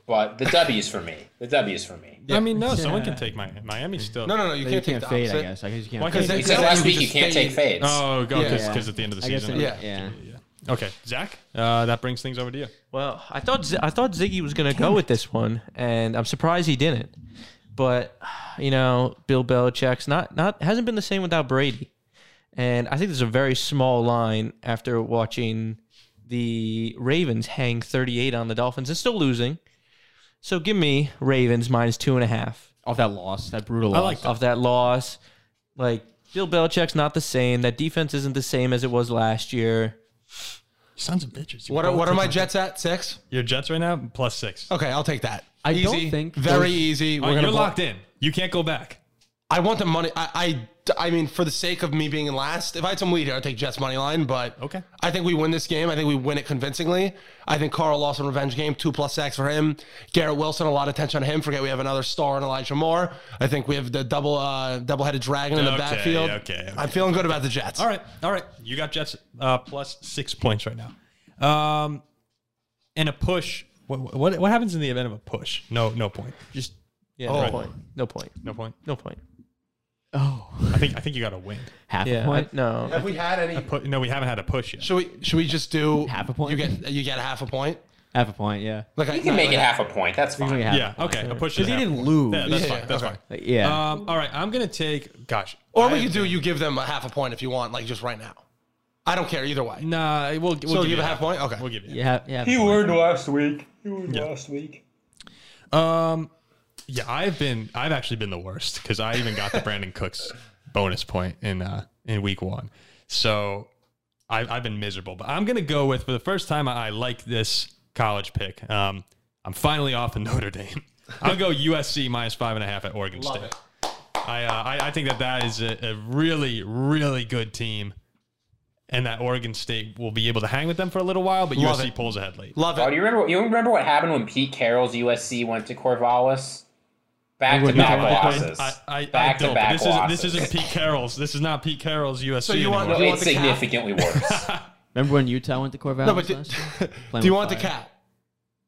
S5: But the W's for me. The W's for me.
S1: I mean, no, someone can take my Miami still.
S4: No, no, no. You
S3: You
S4: can't,
S3: can't
S4: take
S3: fade,
S4: the
S3: I
S4: opposite.
S3: guess. I guess you
S1: Why
S3: can't
S1: can't
S3: fade.
S4: they-
S5: You said last
S4: we
S5: week you
S4: just
S5: can't take
S4: fade.
S5: fades.
S1: Oh, go
S4: Yeah.
S1: because
S4: Yeah.
S1: at the end of the
S3: I guess
S1: season.
S3: it-
S4: Yeah.
S3: yeah.
S1: yeah. Okay, Zach, uh, that brings things over to you.
S2: Well, I thought Z- I thought Ziggy was going to go with this one, and I'm surprised he didn't. But you know, Bill Belichick's not not hasn't been the same without Brady, and I think there's a very small line after watching the Ravens hang 38 on the Dolphins and still losing. So give me Ravens minus two and a half
S3: Off that loss, that brutal loss.
S1: I like
S2: off that loss. Like Bill Belichick's not the same. That defense isn't the same as it was last year.
S1: Sons of bitches.
S4: What are, what are my Jets at? Six.
S1: Your Jets right now plus six.
S4: Okay, I'll take that.
S3: I
S4: easy,
S3: don't think
S4: very
S3: those-
S4: easy. We're
S1: Oh,
S4: gonna
S1: you're
S4: blow-
S1: locked in. You can't go back.
S4: I want the money. I, I I mean, for the sake of me being in last, if I had some lead here, I'd take Jets money line. But
S1: Okay.
S4: I think we win this game. I think we win it convincingly. I think Carl Lawson revenge game, two plus sacks for him. Garrett Wilson, a lot of attention on him. Forget we have another star in Elijah Moore. I think we have the double uh, double headed dragon in the
S1: Okay,
S4: backfield.
S1: okay, okay.
S4: I'm feeling good about the Jets.
S1: All right, all right. You got Jets uh, plus six points right now. Um, and a push. What, what what happens in the event of a push? No, no point.
S2: Just yeah,
S4: Oh.
S2: no point. No point.
S1: No point.
S2: No point.
S3: Oh,
S1: I think I think you got to win.
S3: half
S2: Yeah.
S3: a point.
S2: I- no.
S4: Have we had any?
S1: Put, no, we haven't had a push yet.
S4: Should we should we just do
S3: Half a point?
S4: You get you get half a point.
S3: half a point. Yeah.
S4: Like
S5: you can make it half a point. That's fine.
S3: Only half a
S1: Yeah.
S3: point.
S1: Okay. A push.
S3: Because
S1: is
S3: he
S1: half a
S3: didn't
S1: point.
S3: lose.
S1: Yeah, that's
S4: Yeah,
S1: fine. That's
S4: okay.
S1: fine.
S3: Yeah.
S1: Um, all right, I'm gonna take. Gosh,
S4: Or
S1: I-
S4: we could do you give them a half a point if you want, like just right now. I don't care either way.
S1: Nah, we'll, we'll
S4: So
S1: give
S4: give
S1: you
S4: a half point. Okay.
S1: We'll give you.
S3: yeah. Yeah. half a point.
S5: earned last week. You earned last week.
S1: Um, yeah, I've been, I've actually been the worst because I even
S4: [LAUGHS]
S1: got the Brandon Cooks bonus point in uh in week one. So I've I've been miserable, but I'm gonna go with for the first time I, I like this college pick. Um, I'm finally off in Notre Dame. [LAUGHS] I'll go USC minus five and a half at Oregon State.
S4: it.
S1: I, uh, I I think that that is a, a really really good team, and that Oregon State will be able to hang with them for a little while. But
S4: Love
S1: USC
S4: it.
S1: pulls ahead late.
S4: Love
S5: Oh,
S4: it.
S5: do you remember? You remember what happened when Pete Carroll's USC went to Corvallis? Back to
S3: wouldn't
S5: back
S3: know. I-
S5: losses.
S1: I, I, I
S5: Back to
S1: don't,
S5: back
S1: but this
S5: losses.
S1: Is, this isn't Pete Carroll's. This is not Pete Carroll's USC.
S4: So you want-
S5: No,
S1: anymore.
S4: you
S5: it's
S4: the cap?
S5: significantly worse.
S3: Remember when Utah went to Corvallis
S4: No, but do,
S3: last year?
S4: [LAUGHS] do you
S3: with
S4: want the
S3: fire.
S4: cap?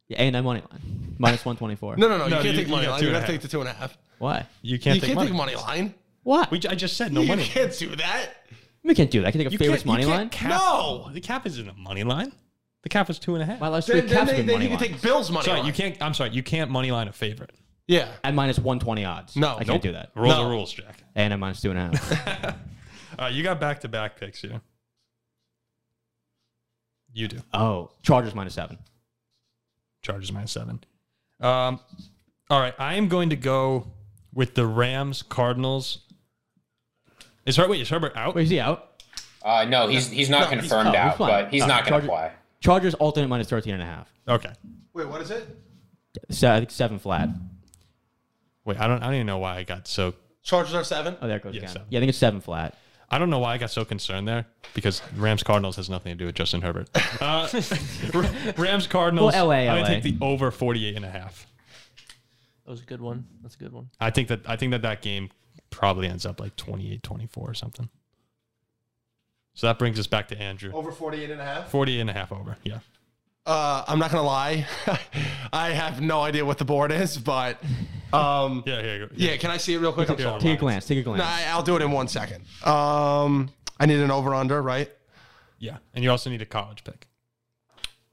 S3: Yeah, A and I money line minus one twenty four.
S4: No, no, no. You
S1: No,
S4: can't
S1: you-
S4: take
S1: you
S4: money
S1: got
S4: line.
S1: two
S4: You
S1: and a
S4: gotta
S1: half.
S4: take the two and a half.
S3: Why?
S1: you can't,
S4: you
S1: take,
S4: can't
S1: money.
S4: take money line.
S3: What?
S1: We,
S3: We,
S1: j- I just said no
S4: you
S1: money.
S4: can't do that.
S3: can't do that. I can take a
S1: You
S3: favorites
S1: can't- you
S3: money
S1: can't cap-
S3: line.
S4: No!
S1: the cap isn't a money line. The cap was two and a half.
S3: My last three
S4: Then, then
S3: caps
S4: they,
S3: been
S4: then
S3: money
S4: you can
S3: line.
S4: take Bills money
S1: sorry,
S4: line.
S1: you can't. I'm sorry, you can't money line a favorite.
S4: Yeah.
S3: At minus one twenty odds.
S4: No.
S3: I can't
S4: Nope.
S3: do that.
S1: Rules
S4: No.
S1: are rules, Jack.
S3: A and I minus two and a half.
S1: Uh, you got back to back picks here. You do.
S3: oh, Chargers minus seven.
S1: Chargers minus seven. Um, all right, I am going to go with the Rams Cardinals. Is Herbert? Wait, is Herbert out?
S3: Wait, is he out?
S5: uh, no, he's he's not
S4: No, he's-
S5: confirmed
S3: oh, he's
S5: out,
S3: fine.
S5: but he's
S3: Uh,
S5: not going
S3: Charger-
S5: to play.
S3: Chargers alternate minus thirteen and a half.
S1: Okay.
S4: Wait, what is it?
S3: So I think seven flat.
S1: Wait, I don't. I don't even know why I got so
S4: Chargers are seven.
S3: Oh, there it goes
S1: Yeah,
S3: again.
S1: seven.
S3: Yeah, I think it's seven flat.
S1: I don't know why I got so concerned there because Rams Cardinals has nothing to do with Justin Herbert.
S2: [LAUGHS]
S1: Uh, Rams Cardinals.
S3: Well, LA,
S1: I'm
S3: LA.
S1: going to take the over 48 and a half.
S2: That was a good one. That's a good one.
S1: I think that I think that that game probably ends up like 28-24 or something. So that brings us back to Andrew.
S4: Oh. Over 48 and a half.
S1: 48 and a half over. Yeah.
S4: Uh, I'm not gonna lie, [LAUGHS] I have no idea what the board is, but um, yeah.
S1: Yeah, here you go.
S4: Can I see it real quick? I'm sorry.
S1: Yeah.
S3: Take a glance. Take a glance.
S4: No, I, I'll do it in one second. Um, I need an over under, right?
S1: Yeah. And you also need a college pick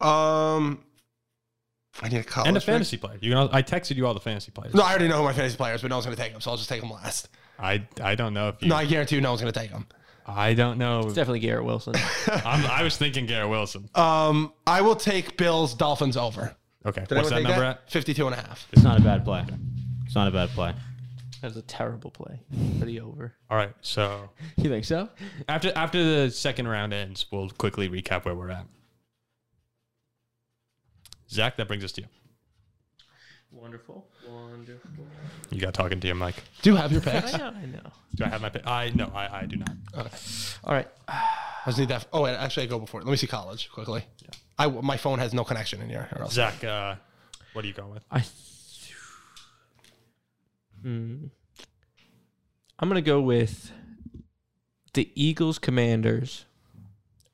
S4: Um, I need a college
S1: and a
S4: pick.
S1: fantasy player. You can. al- I texted you all the fantasy players.
S4: No, I already know who my fantasy players, but no one's gonna take them, so I'll just take them last.
S1: I I don't know if you.
S4: No, I guarantee you, no one's gonna take them.
S1: I don't know.
S2: Definitely Garrett Wilson.
S1: I'm, I was thinking Garrett Wilson.
S4: Um, I will take Bills Dolphins over.
S1: Okay.
S4: Did
S1: What's that
S4: anyone
S1: number
S4: take
S1: at?
S4: 52 and a half.
S3: it's not a bad play. It's not a bad play.
S2: That was a terrible play for the over.
S1: All right. So
S3: You think so?
S1: after after the second round ends, we'll quickly recap where we're at. Zach, that brings us to you.
S2: Wonderful, wonderful.
S1: You got talking to your mic.
S4: Do you have your picks?
S2: I
S4: I
S2: know, I know.
S1: Do I have my pick? I no, I, I do not.
S2: All right,
S4: just need that. Oh, wait, actually, I go before. Let me see college quickly. I my phone has no connection in here. or else.
S1: Zach, uh, what are you going with?
S2: I. th- Hmm. I'm gonna go with the Eagles Commanders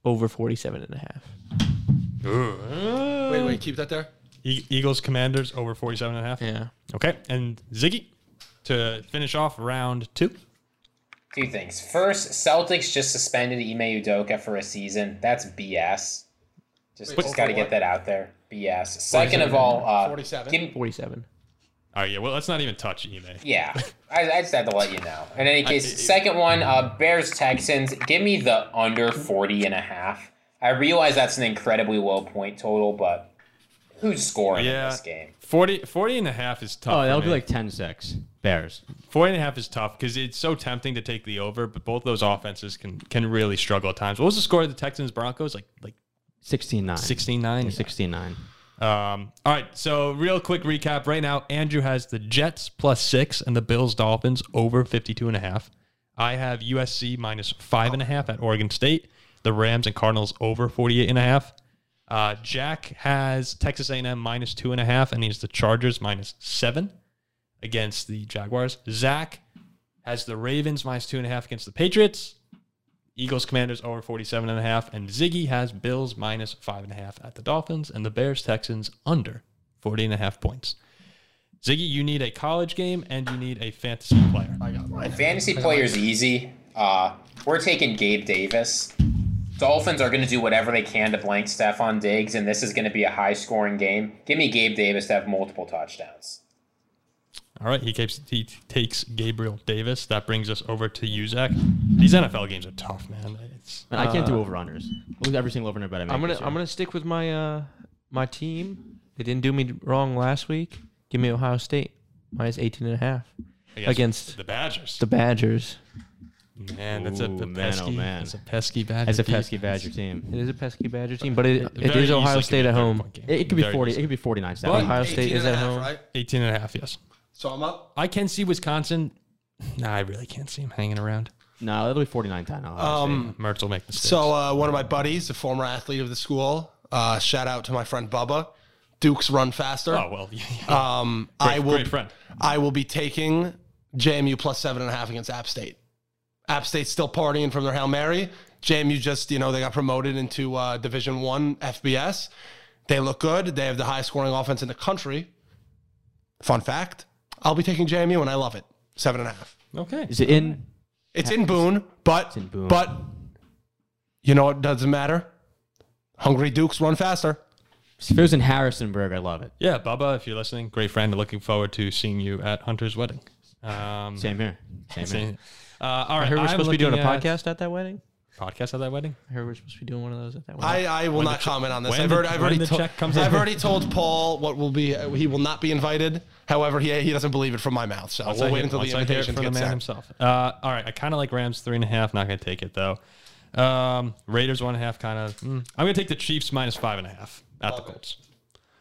S2: over 47 and a half.
S4: Wait, wait, keep that there.
S1: E- Eagles commanders over 47 and a half.
S2: Yeah.
S1: Okay. And Ziggy to finish off round two.
S5: Two things. First, Celtics just suspended Ime Udoka for a season. That's BS. Just,
S4: Wait,
S5: just got to
S4: for
S5: get
S4: what?
S5: that out there. BS. Second of all, uh,
S4: 47?
S5: give-
S2: 47.
S1: All right. Yeah. Well, let's not even touch Ime.
S5: yeah, I, I just had to let you know. In any case, second one, uh, Bears Texans. Give me the under 40 and a half. I realize that's an incredibly low point total, but who's scoring
S1: Yeah.
S5: in this game?
S1: 40, 40 and a half is tough.
S3: Oh, that'll
S1: for
S3: be
S1: me.
S3: like 10 6. Bears.
S1: 40 and a half is tough because it's so tempting to take the over, but both those offenses can can really struggle at times. What was the score of the Texans Broncos? Like like
S3: 16 9.
S1: 16 9?
S3: 16 9.
S1: Um, all right, so real quick recap right now. Andrew has the Jets plus six and the Bills Dolphins over 52 and a half. I have USC minus five and a half at Oregon State, the Rams and Cardinals over 48 and a half. Uh, Jack has Texas A&M minus two and a half, and he's the Chargers minus seven against the Jaguars. Zach has the Ravens minus two and a half against the Patriots. Eagles Commanders over 47 and a half, and Ziggy has Bills minus five and a half at the Dolphins, and the Bears Texans under 40 and a half points. Ziggy, you need a college game and you need a fantasy player.
S4: I got mine.
S5: Fantasy players easy. Uh, we're taking Gabe Davis. Dolphins are going to do whatever they can to blank Stephon Diggs, and this is going to be a high scoring game. Give me Gabe Davis to have multiple touchdowns.
S1: All right, he, keeps, he takes Gabriel Davis. That brings us over to you, Zach. These NFL games are tough, man. It's
S3: Man, I can't do over unders. Lose every single over under bet I make.
S2: I'm gonna
S3: this year.
S2: I'm gonna stick with my uh my team. They didn't do me wrong last week. Give me Ohio State minus 18 and a half Against
S1: the Badgers.
S2: the Badgers.
S1: man, that's a, a
S3: Ooh, man,
S1: pesky,
S3: oh, man.
S1: That's a pesky Badger.
S3: As a
S1: team.
S3: pesky Badger team.
S2: It is a pesky Badger team, but it, it
S1: Very
S2: is Ohio
S1: easily
S2: State
S1: could be a
S2: at home.
S1: thirty-point game.
S3: It, it could be
S1: Very
S3: 40. It
S1: easily.
S3: could be 49 7.
S2: Ohio State
S4: 18
S2: is
S4: and
S2: at
S4: a half,
S2: home.
S4: right?
S1: 18 and a half, yes.
S4: So I'm up.
S1: I can see Wisconsin. Nah, I really can't see him hanging around.
S3: No, it'll be Oh, 49 10.
S4: Um,
S1: Mertz will make mistakes.
S4: so uh, one of my buddies, a former athlete of the school, uh, shout out to my friend Bubba. Dukes run faster.
S2: uh,
S1: oh, well, [LAUGHS]
S4: um, I will.
S1: great friend.
S4: I will be taking JMU plus seven and a half against App State. App State's still partying from their hail mary. JMU just you know they got promoted into uh, Division One FBS. They look good. They have the highest scoring offense in the country. Fun fact: I'll be taking JMU and I love it. Seven and a half.
S1: okay.
S3: Is it in?
S4: It's in Boone, but
S3: in Boone.
S4: but you know what doesn't matter. Hungry Dukes run faster.
S3: If it was in Harrisonburg, I love it.
S1: Yeah, Bubba, if you're listening, great friend. Looking forward to seeing you at Hunter's wedding. Um,
S3: Same here. Same here.
S1: same. Uh, all right,
S2: I heard we're
S1: I'm
S2: supposed to be doing a
S1: looking at-
S2: podcast at that wedding.
S1: Podcast at that wedding?
S2: I heard we're supposed to be doing one of those at that wedding.
S4: I, I will not comment on this.
S1: when
S4: I've,
S1: the-
S4: already, I've,
S1: when
S4: already
S1: the
S4: to-
S1: check comes
S4: I've
S1: in.
S4: already told Paul what will be. He will not be invited. However, he, he doesn't believe it from my mouth. So
S1: Once
S4: we'll
S1: I
S4: wait
S1: hear-
S4: until the
S1: once I hear it
S4: invitation
S1: from
S4: gets
S1: the man
S4: sent.
S1: himself. Uh, all right, I kind of like Rams three and a half. Not going to take it though. Um, Raiders one and a half. Kind of. mm. I'm going to take the Chiefs minus five and a half at the Colts.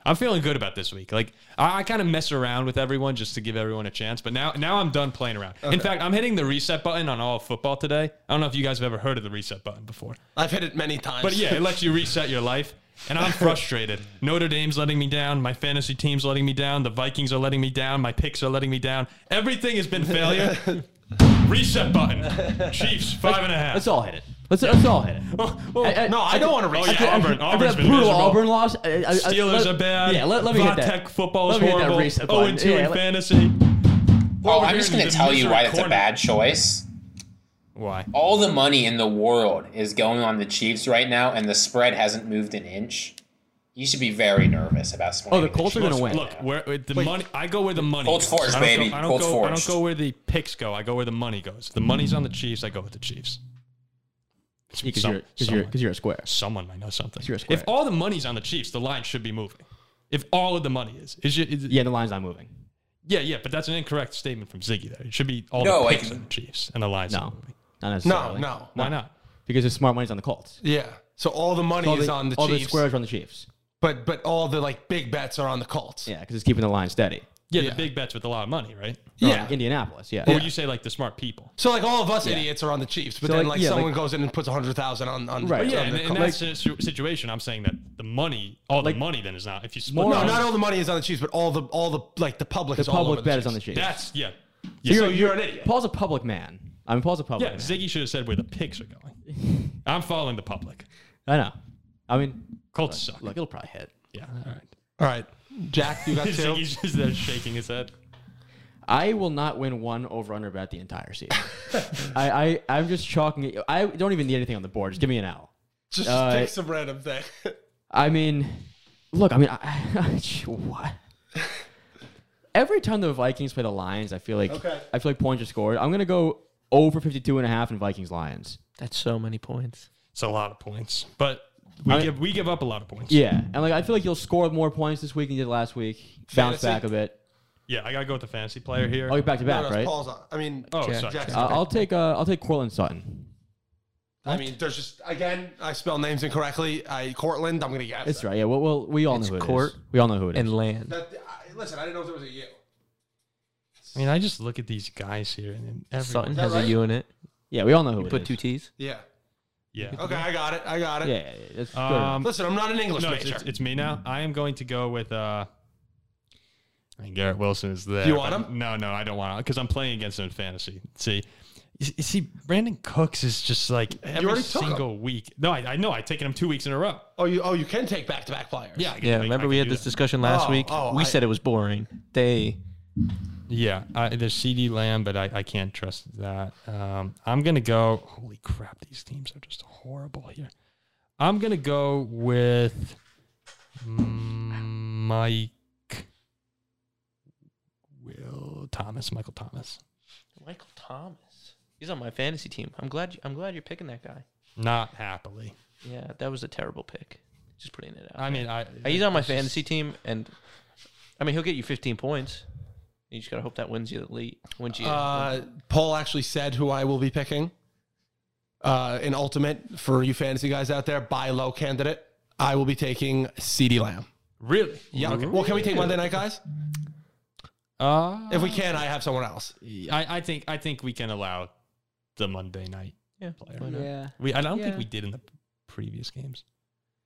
S1: I'm feeling good about this week. Like I, I kind of mess around with everyone just to give everyone a chance, but now now I'm done playing around. In fact, I'm hitting the reset button on all of football today. I don't know if you guys have ever heard of the reset button before.
S4: I've hit it many times.
S1: But yeah, it lets you reset your life. And I'm frustrated. Notre Dame's letting me down. My fantasy team's letting me down. The Vikings are letting me down. My picks are letting me down.
S3: [LAUGHS]
S1: Everything has been failure. reset button. Chiefs, five and a half.
S3: Let's all hit it. Let's, let's all hit it.
S1: Well, well,
S3: I- I-
S4: No, I don't want to race.
S1: yeah.
S4: that.
S1: Auburn.
S3: After
S1: Auburn's
S3: that
S1: been
S3: brutal
S1: miserable.
S3: Auburn loss. I- I- I-
S1: Steelers
S3: let-
S1: are bad.
S3: Yeah, let, let me hit that.
S1: Tech football is
S3: Let me hit that
S1: horrible.
S3: reset
S1: Oh, and
S3: button.
S1: two
S3: Yeah,
S1: in
S3: let-
S1: fantasy.
S5: Oh,
S1: Over
S5: I'm
S1: here
S5: just
S1: in
S5: going
S1: the
S5: to tell you
S1: misery
S5: why that's a
S1: corner.
S5: bad choice.
S1: Why?
S5: All the money in the world is going on the Chiefs right now, and the spread hasn't moved an inch. You should be very nervous about
S3: Oh,
S5: splitting
S3: the Colts are going to win.
S1: Look, where where the money. I go where the money.
S5: Colts
S1: goes.
S5: forged,
S1: I don't
S5: baby.
S1: Go, I don't
S5: Colts
S1: go. I
S5: forged.
S1: don't go where the picks go. I go where the money goes. If the money's on the Chiefs. I go with the Chiefs.
S3: Because
S1: Some-
S3: you're, cause you're,
S1: someone.
S3: 'cause you're a square.
S1: Someone might know something.
S3: You're a square.
S1: If all the money's on the Chiefs, the line should be moving. If all of the money is, is, it- is it-
S3: Yeah, the line's not moving.
S1: yeah, yeah, but that's an incorrect statement from Ziggy. There, it should be all
S5: No,
S1: the
S5: I-
S1: picks on the Chiefs and the lines.
S3: No, not
S4: No,
S3: necessarily.
S4: no.
S1: why not?
S3: Because the smart money's on the Colts.
S4: Yeah. So all the money
S3: All
S4: is
S3: the,
S4: on the
S3: all
S4: Chiefs,
S3: the squares are on the Chiefs.
S4: but but all the like big bets are on the Colts.
S3: Yeah, because it's keeping the line steady.
S1: Yeah,
S4: Yeah.
S1: the big bets with a lot of money, right?
S3: Or
S4: Yeah.
S3: Indianapolis, yeah.
S1: Or would you say like the smart people?
S4: So like all of us idiots are on the Chiefs, but
S3: So,
S4: then
S3: like,
S4: like,
S3: yeah,
S4: someone
S3: like-
S4: goes in and puts a hundred thousand on on
S3: Right.
S4: on
S1: Yeah,
S3: Yeah,
S1: in,
S4: the
S1: in
S4: Colts.
S1: that situ- situation, I'm saying that the money, all the money, then is not. If you split,
S4: no,
S1: it,
S4: not all the money is on the Chiefs, but all the all the like the public.
S3: the
S4: is all over
S3: public bet is
S4: Chiefs.
S3: on the Chiefs.
S1: that's yeah.
S3: So
S1: yeah.
S4: So you're an idiot.
S3: Paul's a public man. I mean, Paul's a public
S1: Yeah,
S3: man.
S1: Ziggy should have said where the picks are going.
S4: [LAUGHS]
S1: I'm following the public.
S3: I know. I mean,
S1: Colts suck.
S3: look, it'll probably hit.
S1: yeah, all right.
S4: All right, Jack, you
S3: [LAUGHS]
S4: got
S1: [LAUGHS]
S4: two.
S1: Ziggy's just there shaking his head.
S3: I will not win one over under bet the entire season. I, I, I'm just chalking it. I don't even need anything on the board. Just give me an L.
S4: Just
S3: Uh,
S4: pick some random thing. [LAUGHS]
S3: I mean, look, I [LAUGHS] mean, I, what? Every time the Vikings play the Lions, I feel like
S4: Okay.
S3: I feel like points are scored. I'm gonna go over 52 and a half in Vikings Lions.
S2: That's so many points.
S1: It's a lot of points, but we
S3: I-
S1: give we give up a lot of points.
S3: Yeah, and like I feel like you'll score more points this week than you did last week. Bounce
S4: Fantasy?
S3: back a bit.
S1: Yeah, I gotta go with the fantasy player here.
S3: I'll get back to
S4: No,
S3: back,
S4: no,
S3: right?
S4: Paul's on. I mean,
S1: Oh,
S2: Jack-
S1: sorry.
S4: Jack's
S3: Uh, I'll take uh, I'll take Cortland Sutton.
S4: I mean, there's just again, I spell names incorrectly. I Cortland, I'm gonna guess.
S3: That's right. Yeah. Well, well we all
S2: It's
S3: know who
S2: Court
S3: it is. We all know who it is.
S2: And land.
S4: That, I, listen, I didn't know if it was a you.
S1: I mean, I just look at these guys here, and then
S2: Sutton
S1: everyone.
S2: has a
S4: right?
S2: U in it.
S3: yeah, we all know who
S2: You
S3: it
S2: put
S3: is.
S2: two T's.
S4: Yeah.
S1: Yeah.
S4: Okay, I got it. I got it.
S3: Yeah, yeah, yeah, that's
S2: Uh,
S3: good.
S1: Um,
S4: Listen, I'm not an English
S1: no, it's,
S4: major.
S1: it's, it's me now. I am going to go with. uh I mean, Garrett Wilson is there.
S4: You want
S1: but-
S4: him?
S1: No, no, I don't want him because I'm playing against him in fantasy. See, you you see, Brandon Cooks is just like every
S4: already took him.
S1: single week. No, I, I know. I've taken him two weeks in a row.
S4: oh, you oh you can take back to back players.
S1: Yeah, I can
S2: Yeah,
S1: make- I
S2: remember
S1: can
S2: we had
S1: do
S2: this
S1: that.
S2: discussion last
S4: Oh,
S2: week?
S4: oh,
S2: we
S4: I-
S2: said it was boring. They
S1: Yeah, I, there's CD Lamb, but I, I can't trust that. Um, I'm gonna go. Holy crap, these teams are just horrible here. I'm gonna go with Mike Will Thomas, Michael Thomas.
S2: Michael Thomas. He's on my fantasy team. I'm glad you, I'm glad you're picking that guy.
S1: Not happily.
S2: Yeah, that was a terrible pick. Just putting it out. Uh,
S1: I mean, I
S2: He's on my fantasy team, and I mean he'll get you 15 points. You just gotta hope that wins you late. Wins you.
S4: Uh, Paul actually said who I will be picking uh, in Ultimate for you fantasy guys out there. Buy low candidate. I will be taking CD Lamb.
S1: really.
S4: Yeah. okay. Well, can we take Monday night, guys?
S1: Uh,
S4: If we can, I have someone else.
S1: I, I think I think we can allow the Monday night
S2: yeah.
S1: player.
S2: why not?
S3: yeah.
S1: We I don't think
S3: Yeah.
S1: we did in the previous games.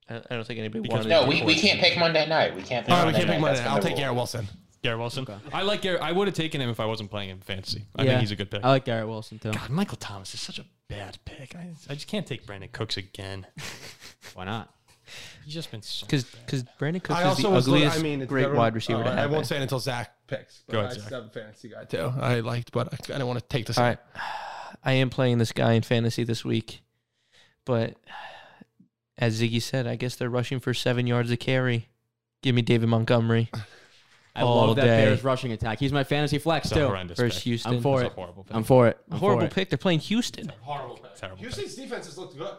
S2: I, I don't think anybody
S1: Because-
S2: wanted.
S5: No,
S2: to
S5: we,
S2: pick
S5: we
S2: one.
S5: can't pick Monday night. We can't pick
S4: All right, we
S5: Monday
S4: can't pick
S5: night.
S4: Monday
S5: That's
S4: night.
S5: been
S4: I'll
S5: the
S4: take
S5: rule.
S4: Garrett Wilson.
S1: Garrett Wilson. I like Garrett. I would have taken him if I wasn't playing him in fantasy. I
S3: Yeah. Uh,
S1: think he's a good pick.
S3: I like Garrett Wilson too.
S1: God, Michael Thomas is such a bad pick. I, I just can't take Brandon Cooks again.
S3: Why not?
S1: He's just been so.
S2: Because because Brandon Cooks
S4: I
S2: is the
S4: also was. li-
S2: ugliest
S4: I mean, it's
S2: great
S4: never-
S2: wide receiver
S4: oh,
S2: to
S4: I-
S2: have.
S4: I won't
S2: eh?
S4: say it until Zach picks. But
S1: Go ahead,
S4: I
S1: Zach.
S4: still have a fantasy guy too. I liked, but I, I didn't want to take this.
S2: All right, I am playing this guy in fantasy this week, but as Ziggy said, I guess they're rushing for seven yards a carry. Give me David Montgomery
S3: I
S2: All
S3: love that
S2: day.
S3: Bears rushing attack. He's my fantasy flex
S1: It's a
S3: too.
S1: horrendous
S2: versus
S1: pick.
S2: Houston.
S3: I'm for
S1: It's a
S3: it.
S1: horrible pick.
S3: I'm for it. I'm
S2: Horrible
S3: for it.
S2: pick. They're playing Houston.
S1: Horrible pick. Terrible pick.
S4: Houston's defense has looked good.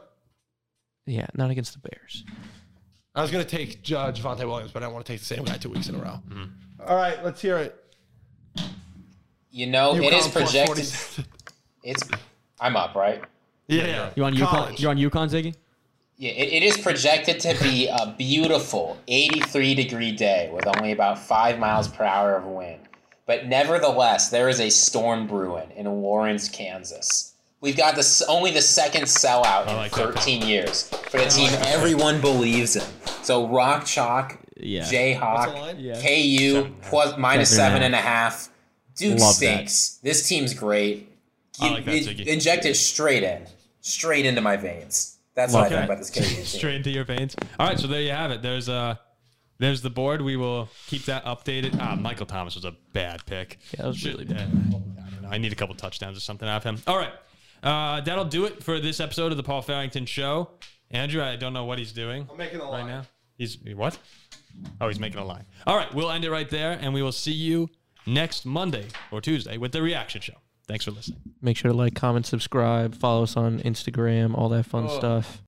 S2: Yeah, not against the Bears.
S4: I was going to take uh, Javante Williams, but I don't want to take the same guy two weeks in a row. All right, let's hear it.
S5: You know, it is
S4: UConn plus
S5: projected.
S4: 47.
S5: It's I'm up, right?
S4: [LAUGHS] Yeah, yeah.
S3: You on UConn?
S4: College.
S3: You on UConn, Ziggy?
S5: Yeah, it, it is projected to be a beautiful 83 degree day with only about five miles per hour of wind. But nevertheless, there is a storm brewing in Lawrence, Kansas. We've got the, s- only the second sellout in
S1: like that call.
S5: 13 years for the team everyone believes in. So Rock Chalk,
S3: Yeah.
S5: Jayhawk,
S4: line?
S3: Yeah.
S5: KU plus minus
S3: Seven
S5: seven and a half.
S3: Love
S5: Duke
S3: that.
S5: stinks. This team's great.
S1: I like that,
S5: It-
S1: Ziggy.
S5: Inject it straight in. straight into my veins. That's what I
S1: Okay.
S5: think about
S1: [LAUGHS]
S5: this Canadian team.
S1: Straight into your veins. All right, so there you have it. There's uh there's the board. We will keep that updated. Ah, Michael Thomas was a bad pick.
S2: Yeah, that was really
S1: Yeah. I don't know. I need a couple touchdowns or something out of him. All right. Uh, that'll do it for this episode of the Paul Farrington Show. Andrew, I don't know what he's doing
S4: I'm making a
S1: right
S4: line.
S1: now. He's what? Oh, he's making a line. All right, we'll end it right there, and we will see you next Monday or Tuesday with the reaction show. Thanks for listening.
S4: Oh.
S2: Make sure to like, comment, subscribe, follow us on Instagram, all that fun stuff.